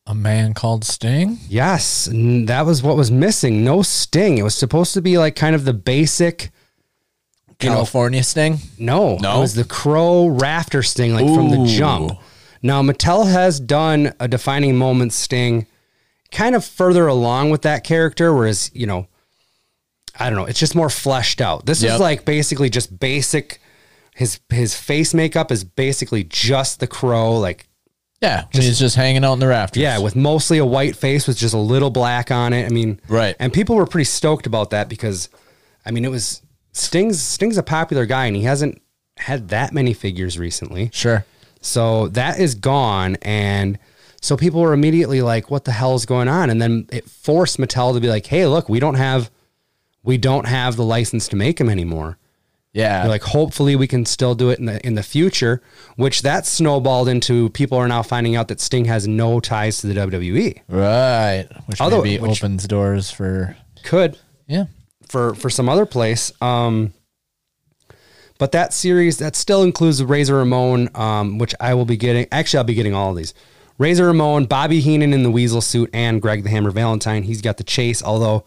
Speaker 2: A man called Sting.
Speaker 1: Yes, n- that was what was missing. No sting. It was supposed to be like kind of the basic. You know,
Speaker 2: California Sting.
Speaker 1: no,
Speaker 3: No?
Speaker 1: it was the crow rafter sting, like from the
Speaker 2: Ooh.
Speaker 1: jump. Now, Mattel has done a defining moment sting, kind of further along with that character, whereas you know, I don't know, it's just more fleshed out. This is
Speaker 2: Yep.
Speaker 1: like basically just basic. His his face makeup is basically just the crow, like
Speaker 2: Yeah, he's just hanging out in the rafters.
Speaker 1: yeah, with mostly a white face with just a little black on it. I mean,
Speaker 2: Right.
Speaker 1: And people were pretty stoked about that because, I mean, it was Sting's Sting's a popular guy and he hasn't had that many figures recently.
Speaker 2: sure.
Speaker 1: So that is gone, and so people were immediately like, "What the hell is going on?" And then it forced Mattel to be like, "Hey, look, we don't have, we don't have the license to make him anymore."
Speaker 2: Yeah,
Speaker 1: They're like, hopefully we can still do it in the in the future, which that snowballed into people are now finding out that Sting has no ties to the E. WWE.
Speaker 2: right. Which
Speaker 1: Although-
Speaker 2: maybe
Speaker 1: which-
Speaker 2: opens doors for
Speaker 1: Could
Speaker 2: yeah.
Speaker 1: for for some other place. Um, but that series that still includes Razor Ramon, um, which I will be getting. Actually, I'll be getting all of these. Razor Ramon, Bobby Heenan in the Weasel suit, and Greg the Hammer Valentine. He's got the chase, although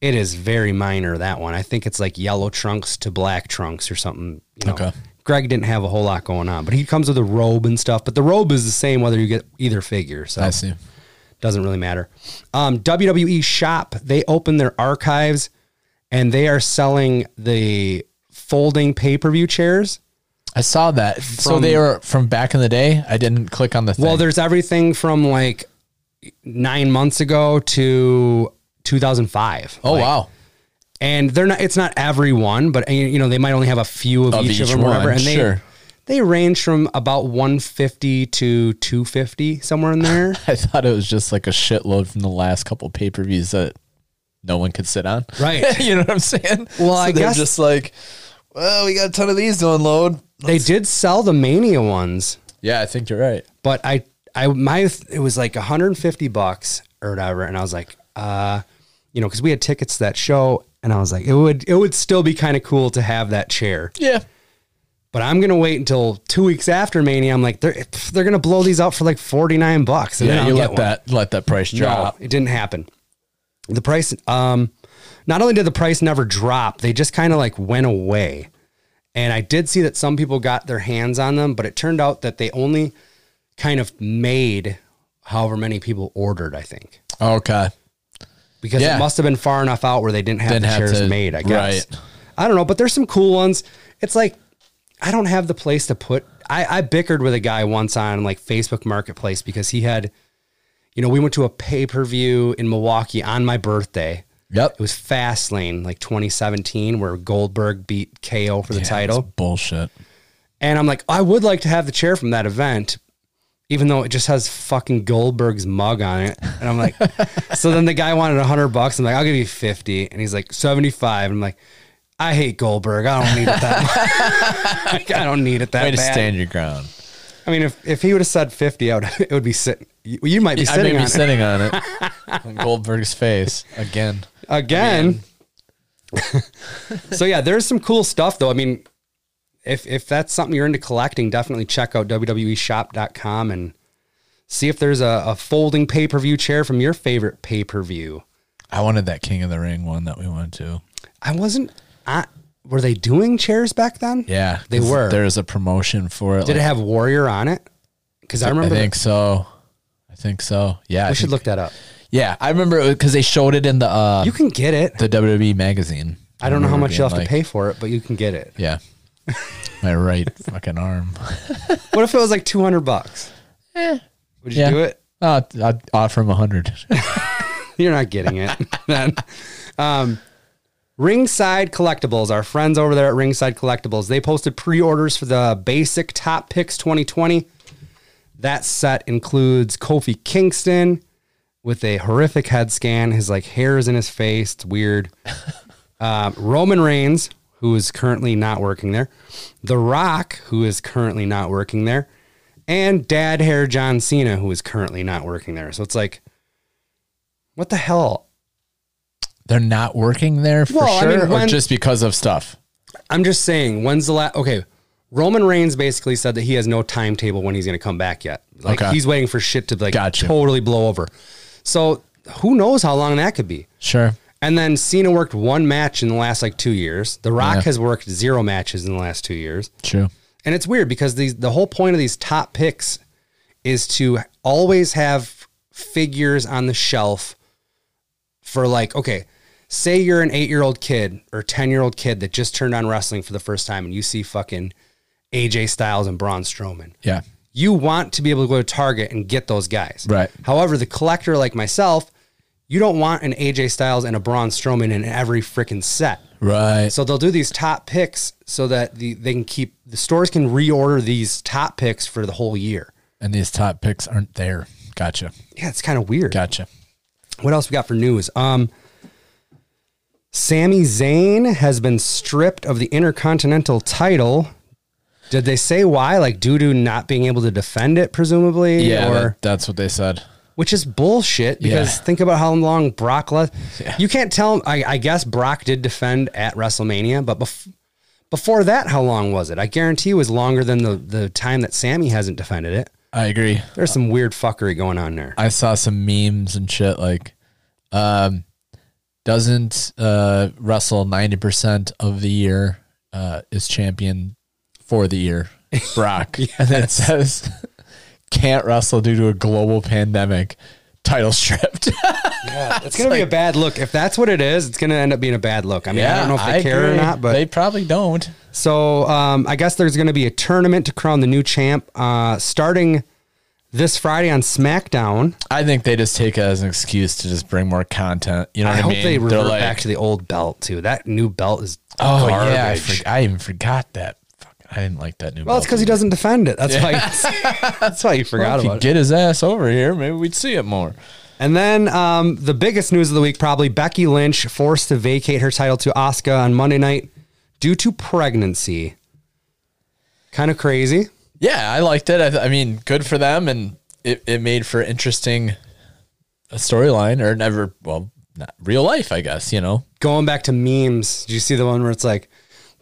Speaker 1: it is very minor that one. I think it's like yellow trunks to black trunks or something. You know.
Speaker 2: Okay.
Speaker 1: Greg didn't have a whole lot going on, but he comes with a robe and stuff. But the robe is the same whether you get either figure. So
Speaker 2: I see.
Speaker 1: doesn't really matter. Um, WWE Shop, they open their archives and they are selling the folding pay per view chairs.
Speaker 2: I saw that. so
Speaker 1: From-
Speaker 2: they were from back in the day. I didn't click on the thing.
Speaker 1: Well, there's everything from like nine months ago to 2005.
Speaker 2: oh
Speaker 1: Like,
Speaker 2: wow.
Speaker 1: And they're not, it's not every one, but you you know, they might only have a few of,
Speaker 2: Of
Speaker 1: each, of
Speaker 2: each
Speaker 1: them or whatever.
Speaker 2: one,
Speaker 1: And they,
Speaker 2: sure.
Speaker 1: they range from about 150 to 250, somewhere in there.
Speaker 2: I thought it was just like a shitload from the last couple pay per views that no one could sit on.
Speaker 1: Right.
Speaker 2: you know what I'm saying?
Speaker 1: Well,
Speaker 2: so
Speaker 1: I
Speaker 2: they're
Speaker 1: guess-
Speaker 2: just like, well, we got a ton of these to unload.
Speaker 1: they did sell the Mania ones.
Speaker 2: Yeah, I think you're right.
Speaker 1: but I I my it was like 150 bucks or whatever, and I was like, uh, you know, because we had tickets to that show, and I was like, it would it would still be kind of cool to have that chair,
Speaker 2: Yeah.
Speaker 1: but I'm gonna wait until two weeks after Mania. I'm like, they're pff, they're gonna blow these out for like 49 bucks, and then
Speaker 2: Yeah,
Speaker 1: I'll
Speaker 2: you
Speaker 1: get
Speaker 2: let
Speaker 1: one.
Speaker 2: that let that price
Speaker 1: No,
Speaker 2: drop.
Speaker 1: it didn't happen. The price, um, not only did the price never drop, they just kind of like went away. And I did see that some people got their hands on them, but it turned out that they only kind of made however many people ordered, I think,
Speaker 2: Okay.
Speaker 1: because
Speaker 2: Yeah.
Speaker 1: it must have been far enough out where they didn't have
Speaker 2: Didn't
Speaker 1: the
Speaker 2: have
Speaker 1: chairs
Speaker 2: to-
Speaker 1: made, I guess.
Speaker 2: right.
Speaker 1: I don't know, but there's some cool ones. It's like, I don't have the place to put. I, I bickered with a guy once on like Facebook Marketplace because he had, you know, we went to a pay per view in Milwaukee on my birthday.
Speaker 2: Yep.
Speaker 1: It was Fastlane, like 2017, where Goldberg beat KO for the title.
Speaker 2: Bullshit.
Speaker 1: And I'm like, I would like to have the chair from that event, even though it just has fucking Goldberg's mug on it. And I'm like, so then the guy wanted 100 bucks. I'm like, I'll give you 50. And he's like, 75. I'm like, I hate Goldberg. I don't need it that much. Like, I don't need it that
Speaker 2: Way to
Speaker 1: bad.
Speaker 2: stand your ground.
Speaker 1: I mean, if, if he would have said 50, I would, it would be sitting. You, you might be
Speaker 2: I may
Speaker 1: sitting
Speaker 2: be
Speaker 1: on it.
Speaker 2: sitting on it. on Goldberg's face again.
Speaker 1: again. so yeah, there's some cool stuff though. I mean, if if that's something you're into collecting, definitely check out E WWEshop.com and see if there's a, a folding pay per view chair from your favorite pay per view.
Speaker 2: I wanted that King of the Ring one that we went to.
Speaker 1: I wasn't. I were they doing chairs back then?
Speaker 2: Yeah,
Speaker 1: They
Speaker 2: 'cause
Speaker 1: were.
Speaker 2: There was a promotion for it.
Speaker 1: Did it
Speaker 2: like-
Speaker 1: have Warrior on it? Because I remember.
Speaker 2: I think so. I think so. Yeah, I
Speaker 1: we should
Speaker 2: think-
Speaker 1: look that up.
Speaker 2: Yeah, I remember because they showed it in the uh,
Speaker 1: You can get it.
Speaker 2: the WWE magazine.
Speaker 1: I don't know how
Speaker 2: remember
Speaker 1: much you'll
Speaker 2: being
Speaker 1: have
Speaker 2: like-
Speaker 1: to pay for it, but you can get it.
Speaker 2: Yeah, my right fucking arm.
Speaker 1: What if it was like two hundred bucks? Would you
Speaker 2: Eh. Yeah.
Speaker 1: do it?
Speaker 2: Uh, I'd offer him a hundred.
Speaker 1: You're not getting it. then. Um, Ringside Collectibles, our friends over there at Ringside Collectibles, they posted pre orders for the basic Top Picks 2020. That set includes Kofi Kingston with a horrific head scan. His like hair is in his face. It's weird. Um, Roman Reigns, who is currently not working there. The Rock, who is currently not working there. And Dad Hair John Cena, who is currently not working there. So it's like, what the hell?
Speaker 2: They're not working there for
Speaker 1: Well, I
Speaker 2: sure,
Speaker 1: mean, when-
Speaker 2: or just because of stuff.
Speaker 1: I'm just saying, when's the last? Okay, Roman Reigns basically said that he has no timetable when he's going to come back yet. Like
Speaker 2: Okay.
Speaker 1: he's waiting for shit to like
Speaker 2: Gotcha.
Speaker 1: totally blow over. So who knows how long that could be?
Speaker 2: Sure.
Speaker 1: And then Cena worked one match in the last like two years. The Rock has worked zero matches in the last two years.
Speaker 2: True.
Speaker 1: And it's weird because these the whole point of these top picks is to always have figures on the shelf for like, okay, say you're an eight year old kid or ten year old kid that just turned on wrestling for the first time and you see fucking AJ Styles and Braun Strowman
Speaker 2: Yeah.
Speaker 1: you want to be able to go to Target and get those guys.
Speaker 2: Right.
Speaker 1: However, the collector like myself, you don't want an AJ Styles and a Braun Strowman in every freaking set.
Speaker 2: Right.
Speaker 1: So they'll do these top picks so that the, they can keep the stores can reorder these top picks for the whole year.
Speaker 2: And these top picks aren't there. Gotcha.
Speaker 1: Yeah, it's kind of weird.
Speaker 2: Gotcha.
Speaker 1: What else we got for news? Um, Sami Zayn has been stripped of the Intercontinental title. Did they say why? Like due to not being able to defend it, presumably.
Speaker 2: Yeah.
Speaker 1: Or
Speaker 2: that- that's what they said.
Speaker 1: which is bullshit because
Speaker 2: Yeah.
Speaker 1: think about how long Brock left. You can't tell. I, I guess Brock did defend at WrestleMania, but bef- before that, how long was it? I guarantee it was longer than the, the time that Sammy hasn't defended it.
Speaker 2: I agree.
Speaker 1: There's some weird fuckery going on there.
Speaker 2: I saw some memes and shit like, um, doesn't uh, wrestle ninety percent of the year uh, is champion for the year, Brock, and then it says can't wrestle due to a global pandemic, title stripped.
Speaker 1: it's going to be a bad look. If that's what it is, it's going to end up being a bad look. I mean, I don't know if they care or
Speaker 2: agree.
Speaker 1: not, but
Speaker 2: they probably don't.
Speaker 1: So um, I guess there's going to be a tournament to crown the new champ uh, starting this Friday on SmackDown.
Speaker 2: I think they just take it as an excuse to just bring more content. You know
Speaker 1: I
Speaker 2: what I
Speaker 1: hope
Speaker 2: mean?
Speaker 1: they
Speaker 2: They're
Speaker 1: revert
Speaker 2: like,
Speaker 1: back to the old belt too. That new belt is
Speaker 2: oh
Speaker 1: garbage.
Speaker 2: yeah, I, for- I even forgot that. Fuck, I didn't like that new.
Speaker 1: Well, it's
Speaker 2: belt.
Speaker 1: because he doesn't defend it. That's why. that's why you forgot
Speaker 2: Well, if he
Speaker 1: about it.
Speaker 2: get his ass over here, maybe we'd see it more.
Speaker 1: And then um, the biggest news of the week, probably Becky Lynch forced to vacate her title to Asuka on Monday night due to pregnancy. Kind of crazy.
Speaker 2: Yeah, I liked it. I, th- I mean, good for them, and it, it made for interesting a storyline or never. Well, not real life, I guess. You know,
Speaker 1: Going back to memes, did you see the one where it's like,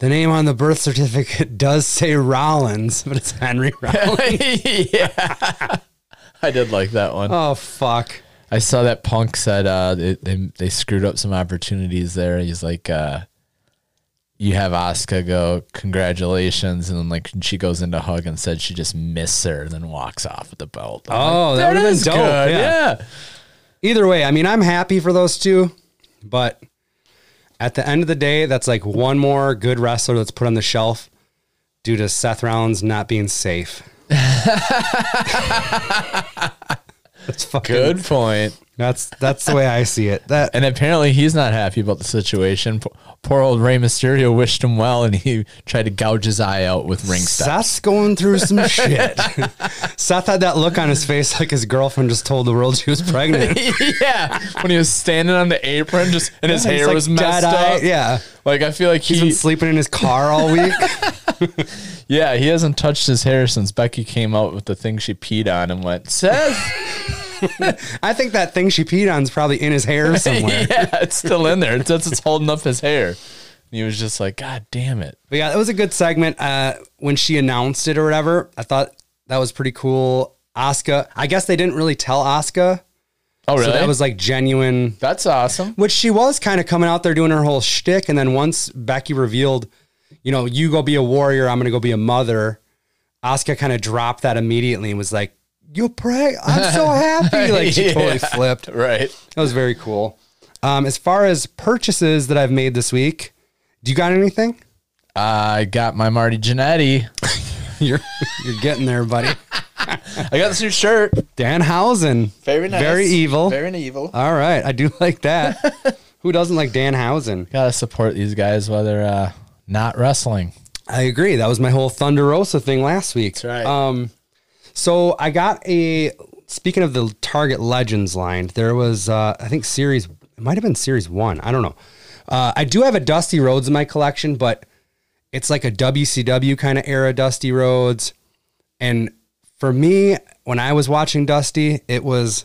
Speaker 1: the name on the birth certificate does say Rollins, but it's Henry Rollins.
Speaker 2: yeah. I did like that one.
Speaker 1: oh fuck.
Speaker 2: I saw that Punk said uh, they, they they screwed up some opportunities there. He's like, uh, you have Asuka go congratulations, and then like she goes into hug and said she just missed her, and then walks off with the belt. I'm like,
Speaker 1: Oh, that would've been
Speaker 2: is
Speaker 1: dope, yeah.
Speaker 2: good, yeah.
Speaker 1: either way, I mean, I'm happy for those two, but at the end of the day, that's like one more good wrestler that's put on the shelf due to Seth Rollins not being safe. that's fucking
Speaker 2: Good point.
Speaker 1: That's that's the way I see it. That
Speaker 2: And apparently he's not happy about the situation. P- Poor old Rey Mysterio wished him well, and he tried to gouge his eye out with ring stuff.
Speaker 1: Seth's going through some shit. Seth had that look on his face like his girlfriend just told the world she was pregnant.
Speaker 2: yeah, when he was standing on the apron, just and his
Speaker 1: He's
Speaker 2: hair
Speaker 1: like
Speaker 2: was messed
Speaker 1: dead-eyed.
Speaker 2: up.
Speaker 1: Yeah,
Speaker 2: Like I feel like
Speaker 1: he's been
Speaker 2: he,
Speaker 1: sleeping in his car all week.
Speaker 2: yeah, he hasn't touched his hair since Becky came out with the thing she peed on and went Seth.
Speaker 1: I think that thing she peed on is probably in his hair somewhere.
Speaker 2: yeah, it's still in there. It's, that's it's holding up his hair. And he was just like, God damn it.
Speaker 1: But yeah, that was a good segment. Uh, when she announced it or whatever, I thought that was pretty cool. Asuka, I guess they didn't really tell Asuka.
Speaker 2: Oh really?
Speaker 1: So that was like genuine,
Speaker 2: that's awesome.
Speaker 1: which she was kind of coming out there doing her whole shtick. And then once Becky revealed, you know, you go be a warrior, I'm going to go be a mother, Asuka kind of dropped that immediately and was like, you pray. I'm so happy. Like she totally
Speaker 2: Yeah.
Speaker 1: flipped.
Speaker 2: Right.
Speaker 1: That was very cool. Um, as far as purchases that I've made this week, do you got anything?
Speaker 2: I got my Marty Jannetty.
Speaker 1: You're you're getting there, buddy.
Speaker 2: I got this new shirt.
Speaker 1: Dan Housen.
Speaker 2: Very nice.
Speaker 1: Very evil.
Speaker 2: Very evil.
Speaker 1: All right. I do like that. Who doesn't like Dan Housen?
Speaker 2: Gotta support these guys while they're uh, not wrestling.
Speaker 1: I agree. That was my whole Thunder Rosa thing last week. That's
Speaker 2: right.
Speaker 1: Um, so I got a, speaking of the Target Legends line, there was, uh, I think series, it might have been series one. I don't know. Uh, I do have a Dusty Rhodes in my collection, but it's like a WCW kind of era Dusty Rhodes. And for me, when I was watching Dusty, it was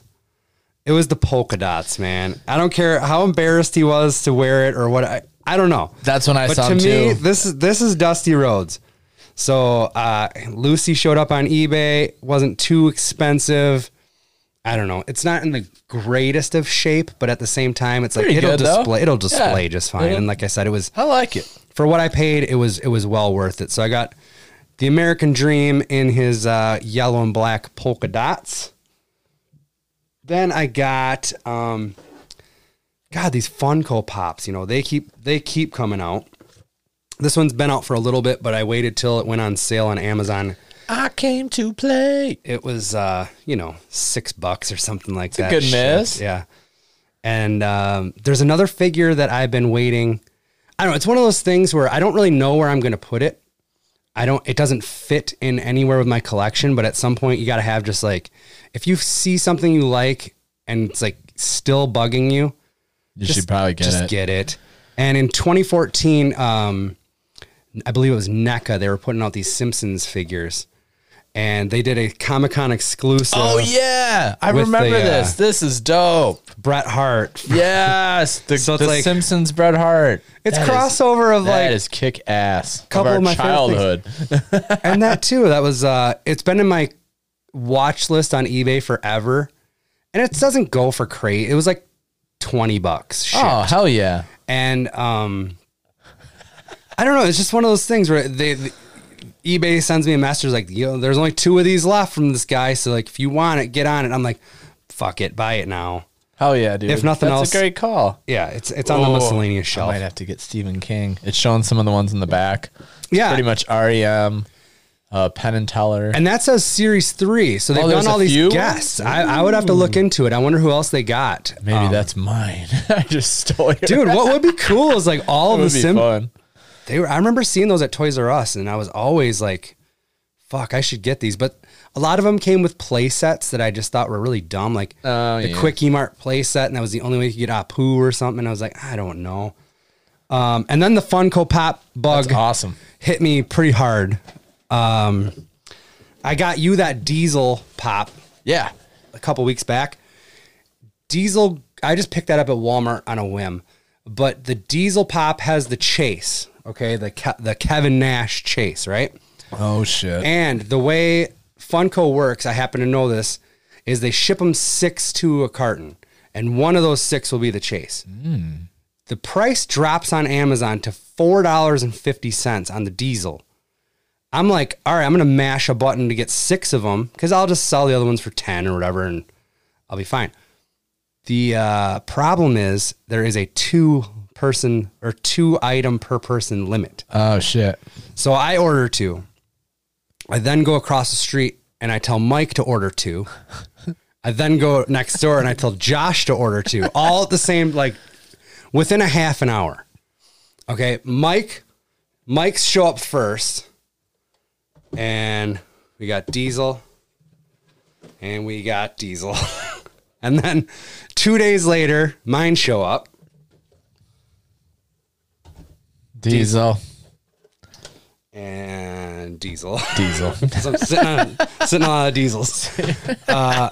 Speaker 1: it was the polka dots, man. I don't care how embarrassed he was to wear it or what I I don't know.
Speaker 2: That's when I
Speaker 1: but
Speaker 2: saw
Speaker 1: to
Speaker 2: him
Speaker 1: me,
Speaker 2: too.
Speaker 1: this is this is Dusty Rhodes. So uh, Lucy showed up on eBay, wasn't too expensive. I don't know. It's not in the greatest of shape, but at the same time, it's like
Speaker 2: Pretty
Speaker 1: it'll
Speaker 2: good, though.
Speaker 1: display. It'll display
Speaker 2: Yeah.
Speaker 1: just fine. And like I said, it was
Speaker 2: I like it.
Speaker 1: for what I paid. It was it was well worth it. So I got the American Dream in his uh, yellow and black polka dots. Then I got um, God these Funko Pops. You know they keep they keep coming out. This one's been out for a little bit, but I waited till it went on sale on Amazon.
Speaker 2: I came to play.
Speaker 1: It was uh, you know six bucks or something like that.
Speaker 2: good
Speaker 1: shit.
Speaker 2: miss.
Speaker 1: yeah. And um, there's another figure that I've been waiting. I don't know. It's one of those things where I don't really know where I'm going to put it. I don't. It doesn't fit in anywhere with my collection. But at some point, you got to have just like if you see something you like and it's like still bugging you,
Speaker 4: You should probably get
Speaker 1: just
Speaker 4: it.
Speaker 1: get it. And in 2014, um, I believe it was NECA, they were putting out these Simpsons figures, and they did a Comic Con exclusive.
Speaker 2: Oh yeah, I
Speaker 1: With
Speaker 2: remember
Speaker 1: the, uh,
Speaker 2: this. This is dope.
Speaker 1: Bret Hart.
Speaker 2: Yes, the,
Speaker 1: So it's
Speaker 2: the
Speaker 1: like-
Speaker 2: Simpsons Bret Hart.
Speaker 1: It's
Speaker 2: That is-
Speaker 1: crossover of
Speaker 2: that
Speaker 1: like
Speaker 2: is kick ass.
Speaker 1: Couple
Speaker 4: Of our
Speaker 1: of my favorite
Speaker 4: childhood.
Speaker 1: and that too. That was uh it's been in my watch list on eBay forever. And it doesn't go for crate. It was like 20 bucks. Shit.
Speaker 4: Oh hell yeah!
Speaker 1: And um I don't know, it's just one of those things where they, the- eBay sends me a message like, "Yo, there's only two of these left from this guy, so like if you want it, get on it." I'm like, "Fuck it, buy it now."
Speaker 2: Hell yeah, dude.
Speaker 1: If nothing
Speaker 2: That's
Speaker 1: else-
Speaker 2: a great call.
Speaker 1: Yeah, it's it's on
Speaker 2: Oh,
Speaker 1: the miscellaneous
Speaker 2: I
Speaker 1: shelf.
Speaker 2: might have to get Stephen King. It's showing some of the ones in the back.
Speaker 1: Yeah.
Speaker 2: pretty much E REM.
Speaker 4: Uh, Penn and Teller.
Speaker 1: And that says series three. So they've
Speaker 4: Oh, there's
Speaker 1: done all
Speaker 4: a
Speaker 1: these
Speaker 4: few?
Speaker 1: guests. I, I would have to look into it. I wonder who else they got.
Speaker 4: Maybe that's mine. I just stole it.
Speaker 1: um, dude what would be cool is like all of
Speaker 4: would
Speaker 1: the
Speaker 4: be
Speaker 1: sim
Speaker 4: fun.
Speaker 1: they were i remember seeing those at toys r us and i was always like fuck i should get these but a lot of them came with play sets that i just thought were really dumb like
Speaker 2: Oh,
Speaker 1: the
Speaker 2: yeah.
Speaker 1: quickie mart play set and that was the only way you could get apu or something i was like i don't know um, and then the funko pop bug
Speaker 4: That's awesome.
Speaker 1: hit me pretty hard um, i got you that diesel pop
Speaker 2: Yeah,
Speaker 1: a couple weeks back. Diesel, I just picked that up at Walmart on a whim, but the Diesel Pop has the chase, okay, the Ke- the Kevin Nash chase, right?
Speaker 4: Oh shit!
Speaker 1: And the way Funko works, I happen to know this, is they ship them six to a carton, and one of those six will be the chase. The price drops on Amazon to four dollars and fifty cents on the Diesel. I'm like, all right, I'm gonna mash a button to get six of them because I'll just sell the other ones for ten or whatever, and I'll be fine. The uh, problem is there is a two person or two item per person limit.
Speaker 4: oh shit!
Speaker 1: So I order two. I then go across the street and I tell Mike to order two. I then go next door and I tell Josh to order two, all at the same, like within a half an hour. Okay, Mike, Mike's show up first, and we got Diesel, and we got Diesel, and then two days later, mine show up.
Speaker 4: Diesel.
Speaker 1: and diesel.
Speaker 4: Diesel.
Speaker 1: so I'm sitting on, sitting on a lot of diesels. Uh,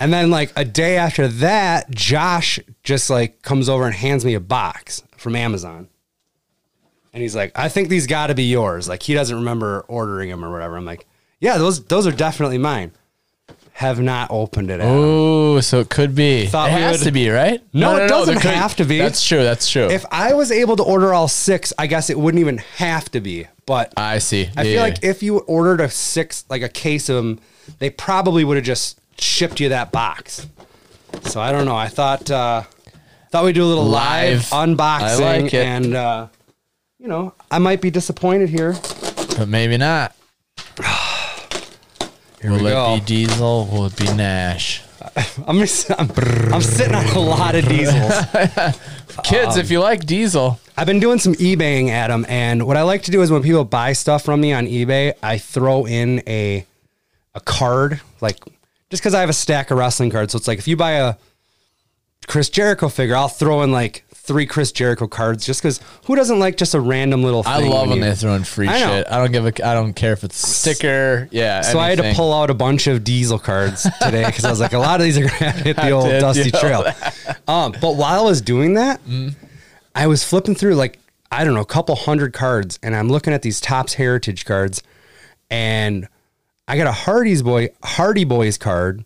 Speaker 1: and then like a day after that, Josh just like comes over and hands me a box from Amazon. And he's like, I think these got to be yours. Like he doesn't remember ordering them or whatever. I'm like, yeah, those those are definitely mine. Have not opened it. Adam.
Speaker 4: Oh, so it could be.
Speaker 1: Thought
Speaker 4: it
Speaker 1: we
Speaker 4: has
Speaker 1: would-
Speaker 4: to be, right?
Speaker 1: No, it doesn't
Speaker 4: there could-
Speaker 1: have to be.
Speaker 4: That's true. That's true.
Speaker 1: If I was able to order all six, I guess it wouldn't even have to be. But
Speaker 4: I see.
Speaker 1: I feel like if you ordered a six, like a case of them, they probably would have just shipped you that box. So I don't know. I thought uh, thought we'd do a little live,
Speaker 4: Live.
Speaker 1: unboxing,
Speaker 4: I like it.
Speaker 1: and uh, you know, I might be disappointed here.
Speaker 4: but maybe not.
Speaker 1: Here
Speaker 4: Will
Speaker 1: we
Speaker 4: it
Speaker 1: go.
Speaker 4: be Diesel? Will it be Nash?
Speaker 1: I'm, just- I'm I'm sitting on a lot of diesels.
Speaker 4: Kids,
Speaker 1: Um,
Speaker 4: if you like Diesel,
Speaker 1: I've been doing some eBaying, Adam, and what I like to do is when people buy stuff from me on eBay, I throw in a a card, like just because I have a stack of wrestling cards. So it's like if you buy a Chris Jericho figure, I'll throw in like three Chris Jericho cards, just because who doesn't like just a random little? Thing
Speaker 4: I love when
Speaker 1: you-
Speaker 4: they throw in free
Speaker 1: I know.
Speaker 4: shit. I don't give a. I don't care if it's a sticker. Yeah.
Speaker 1: So I had to
Speaker 4: anything.
Speaker 1: pull out a bunch of diesel cards today because I was like, a lot of these are gonna hit the old
Speaker 4: did
Speaker 1: dusty
Speaker 4: feel
Speaker 1: trail. Um, but while I was doing that, I was flipping through like I don't know, a couple hundred cards, and I'm looking at these tops heritage cards, and I got a Hardy's boy Hardy Boys card,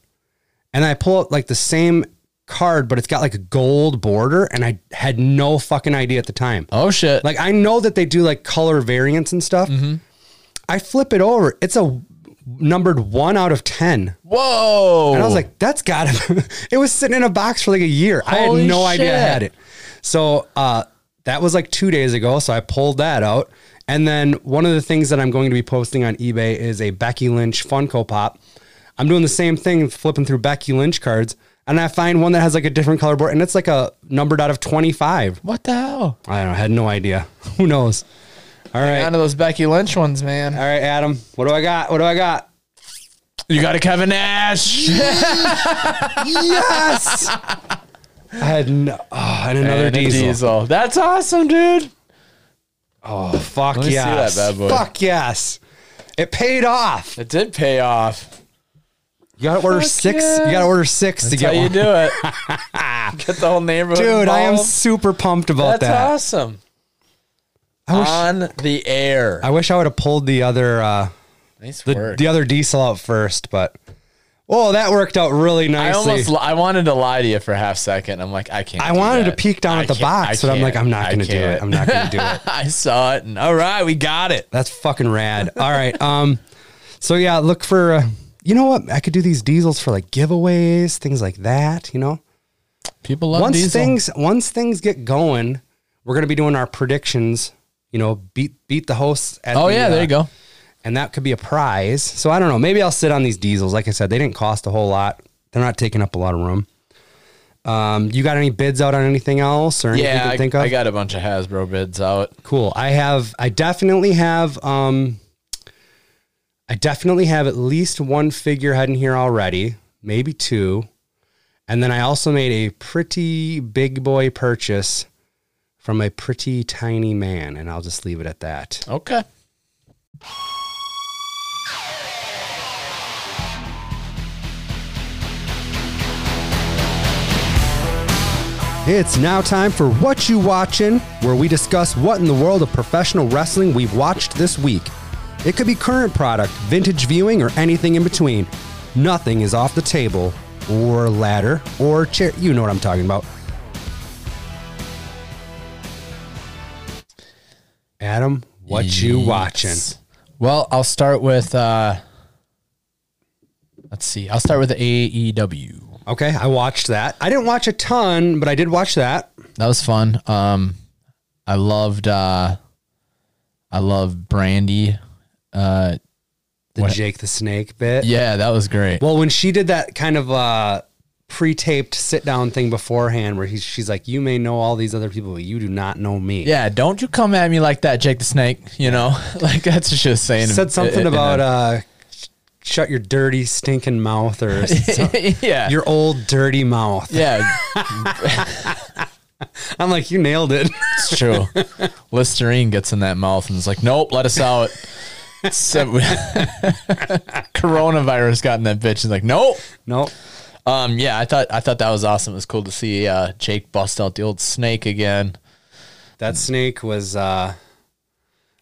Speaker 1: and I pull up like the same card, but it's got like a gold border, and I had no fucking idea at the time.
Speaker 2: Oh shit!
Speaker 1: Like I know that they do like color variants and stuff.
Speaker 2: Mm-hmm.
Speaker 1: I flip it over. It's a numbered one out of ten.
Speaker 2: Whoa!
Speaker 1: And I was like, that's got to It was sitting in a box for like a year. I
Speaker 2: Holy
Speaker 1: had no idea I
Speaker 2: shit.
Speaker 1: had it. So uh, that was like two days ago. So I pulled that out. And then one of the things that I'm going to be posting on eBay is a Becky Lynch Funko Pop. I'm doing the same thing, flipping through Becky Lynch cards. And I find one that has like a different color board and it's like a numbered out of 25.
Speaker 2: what the hell?
Speaker 1: I don't know. I had no idea. Who knows? All right.
Speaker 2: None of those Becky Lynch ones, man.
Speaker 1: All right, Adam. What do I got? What do I got?
Speaker 2: You got a Kevin Nash.
Speaker 1: Yes. I had no, oh, and another
Speaker 2: And a
Speaker 1: diesel.
Speaker 2: That's awesome, dude.
Speaker 1: Oh fuck
Speaker 2: me see
Speaker 1: yes!
Speaker 2: that bad boy.
Speaker 1: Fuck yes! It paid off.
Speaker 2: It did pay off.
Speaker 1: You gotta order
Speaker 2: Fuck
Speaker 1: six.
Speaker 2: yeah.
Speaker 1: You gotta order six to
Speaker 2: That's
Speaker 1: get
Speaker 2: how you
Speaker 1: one.
Speaker 2: do it. Get the whole neighborhood.
Speaker 1: Dude, I am
Speaker 2: involved.
Speaker 1: super pumped about
Speaker 2: That's
Speaker 1: that.
Speaker 2: awesome.
Speaker 1: I wish
Speaker 2: On the air.
Speaker 1: I wish I would have pulled the other uh,
Speaker 2: Nice
Speaker 1: the
Speaker 2: work.
Speaker 1: the other diesel out first, but oh, that worked out really
Speaker 2: I
Speaker 1: nicely. I,
Speaker 2: almost li- I wanted to lie to you for a half second. I'm like, I can't. do
Speaker 1: wanted
Speaker 2: that.
Speaker 1: to peek down
Speaker 2: I
Speaker 1: at the
Speaker 2: can't-
Speaker 1: box,
Speaker 2: I
Speaker 1: but I'm like,
Speaker 2: can't.
Speaker 1: I'm not
Speaker 2: I
Speaker 1: gonna do it.
Speaker 2: can't.
Speaker 1: I'm not gonna do it.
Speaker 2: I saw it, and all right, we got it.
Speaker 1: That's fucking rad. All right. Um. So yeah, look for. Uh, you know what? I could do these diesels for like giveaways, things like that. You know.
Speaker 4: People love
Speaker 1: once
Speaker 4: diesel.
Speaker 1: things once things get going, we're gonna be doing our predictions. You know, beat beat the hosts. At
Speaker 4: oh
Speaker 1: the,
Speaker 4: yeah,
Speaker 1: uh,
Speaker 4: there you go.
Speaker 1: And that could be a prize. So I don't know. Maybe I'll sit on these diesels. Like I said, they didn't cost a whole lot. They're not taking up a lot of room. Um, you got any bids out on anything else or anything you
Speaker 2: Yeah,
Speaker 1: can
Speaker 2: I,
Speaker 1: think of?
Speaker 2: I got a bunch of Hasbro bids out.
Speaker 1: cool. I have. I definitely have. Um, I definitely have at least one figurehead in here already, maybe two, and then I also made a pretty big boy purchase from a pretty tiny man, and I'll just leave it at that.
Speaker 2: Okay.
Speaker 1: It's now time for What You Watchin', where we discuss what in the world of professional wrestling we've watched this week. It could be current product, vintage viewing, or anything in between. Nothing is off the table, or ladder, or chair. You know what I'm talking about. Adam, what you watching?
Speaker 4: Well, I'll start with. uh Let's see. I'll start with
Speaker 1: E
Speaker 4: AEW.
Speaker 1: Okay, I watched that. I didn't watch a ton, but I did watch that.
Speaker 4: That was fun. Um, I loved. uh I love Brandy. Uh,
Speaker 1: The Jake the Snake bit.
Speaker 4: yeah, that was great.
Speaker 1: Well, when she did that kind of uh, pre-taped sit-down thing beforehand, where he's, she's like, "You may know all these other people, but you do not know me."
Speaker 4: Yeah, don't you come at me like that, Jake the Snake. You know, like that's just was saying.
Speaker 1: said something
Speaker 4: in a-
Speaker 1: about uh, sh- "Shut your dirty stinking mouth" or something.
Speaker 4: yeah,
Speaker 1: your old dirty mouth.
Speaker 4: yeah.
Speaker 1: I'm like, you nailed it.
Speaker 4: It's true. Listerine gets in that mouth and is like, nope, let us out. So- coronavirus got in that bitch and like, nope.
Speaker 1: nope.
Speaker 4: Um, yeah, I thought I thought that was awesome. It was cool to see uh, Jake bust out the old snake again.
Speaker 1: That snake was uh,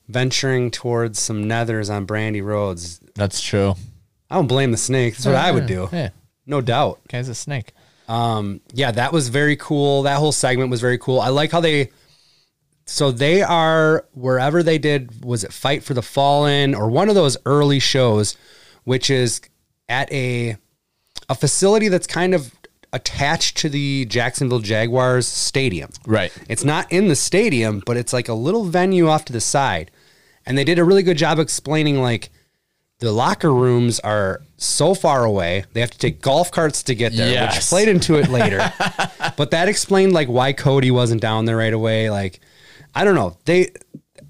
Speaker 1: venturing towards some nethers on Brandy Roads.
Speaker 4: That's true.
Speaker 1: I don't blame the snake. That's what I would do,
Speaker 4: Yeah,
Speaker 1: no doubt.
Speaker 4: guy's a snake.
Speaker 1: Um, yeah, that was very cool. That whole segment was very cool. I like how they. So they are wherever they did was it Fight for the Fallen or one of those early shows, which is at a a facility that's kind of attached to the Jacksonville Jaguars stadium.
Speaker 4: Right.
Speaker 1: It's not in the stadium, but it's like a little venue off to the side. And they did a really good job explaining like the locker rooms are so far away. They have to take golf carts to get there, which
Speaker 4: Yes.
Speaker 1: played into it later. but that explained like why Cody wasn't down there right away. Like, I don't know. They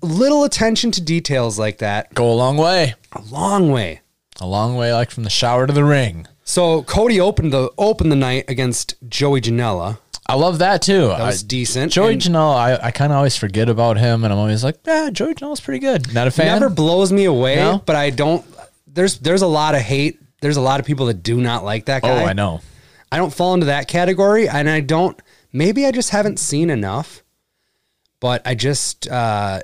Speaker 1: little attention to details like that.
Speaker 4: Go a long way.
Speaker 1: A long way.
Speaker 4: A long way, like from the shower to the ring.
Speaker 1: So Cody opened the opened the night against Joey Janela.
Speaker 4: I love that too.
Speaker 1: That was
Speaker 4: I-
Speaker 1: decent.
Speaker 4: Uh, Joey
Speaker 1: and
Speaker 4: Janela, I, I kind of always forget about him, and I'm always like, yeah, Joey Janela's pretty good. Not a fan.
Speaker 1: never blows me away,
Speaker 4: No?
Speaker 1: but I don't. There's there's a lot of hate. There's a lot of people that do not like that
Speaker 4: oh,
Speaker 1: guy.
Speaker 4: I know.
Speaker 1: I don't fall into that category, and I don't. Maybe I just haven't seen enough. But I just, uh,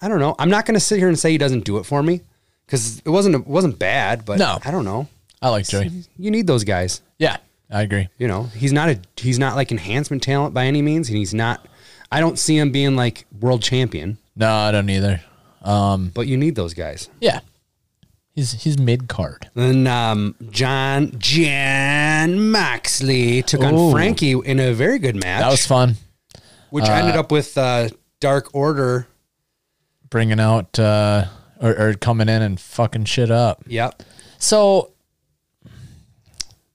Speaker 1: I don't know. I'm not going to sit here and say he doesn't do it for me because it wasn't it wasn't bad, but
Speaker 2: No.
Speaker 1: I don't know.
Speaker 2: I like Joey.
Speaker 1: You need those guys.
Speaker 2: Yeah, I agree.
Speaker 1: You know, he's not a he's not like enhancement talent by any means, and he's not. I don't see him being like world champion,
Speaker 2: No, I don't either.
Speaker 1: but you need those guys.
Speaker 2: Yeah, he's he's mid card.
Speaker 1: Then um, John Jan Moxley took on
Speaker 2: Ooh.
Speaker 1: Frankie in a very good match,
Speaker 2: That was fun.
Speaker 1: which ended up with uh, Dark Order.
Speaker 2: Bringing out uh, or, or coming in and fucking shit up.
Speaker 1: Yep.
Speaker 2: So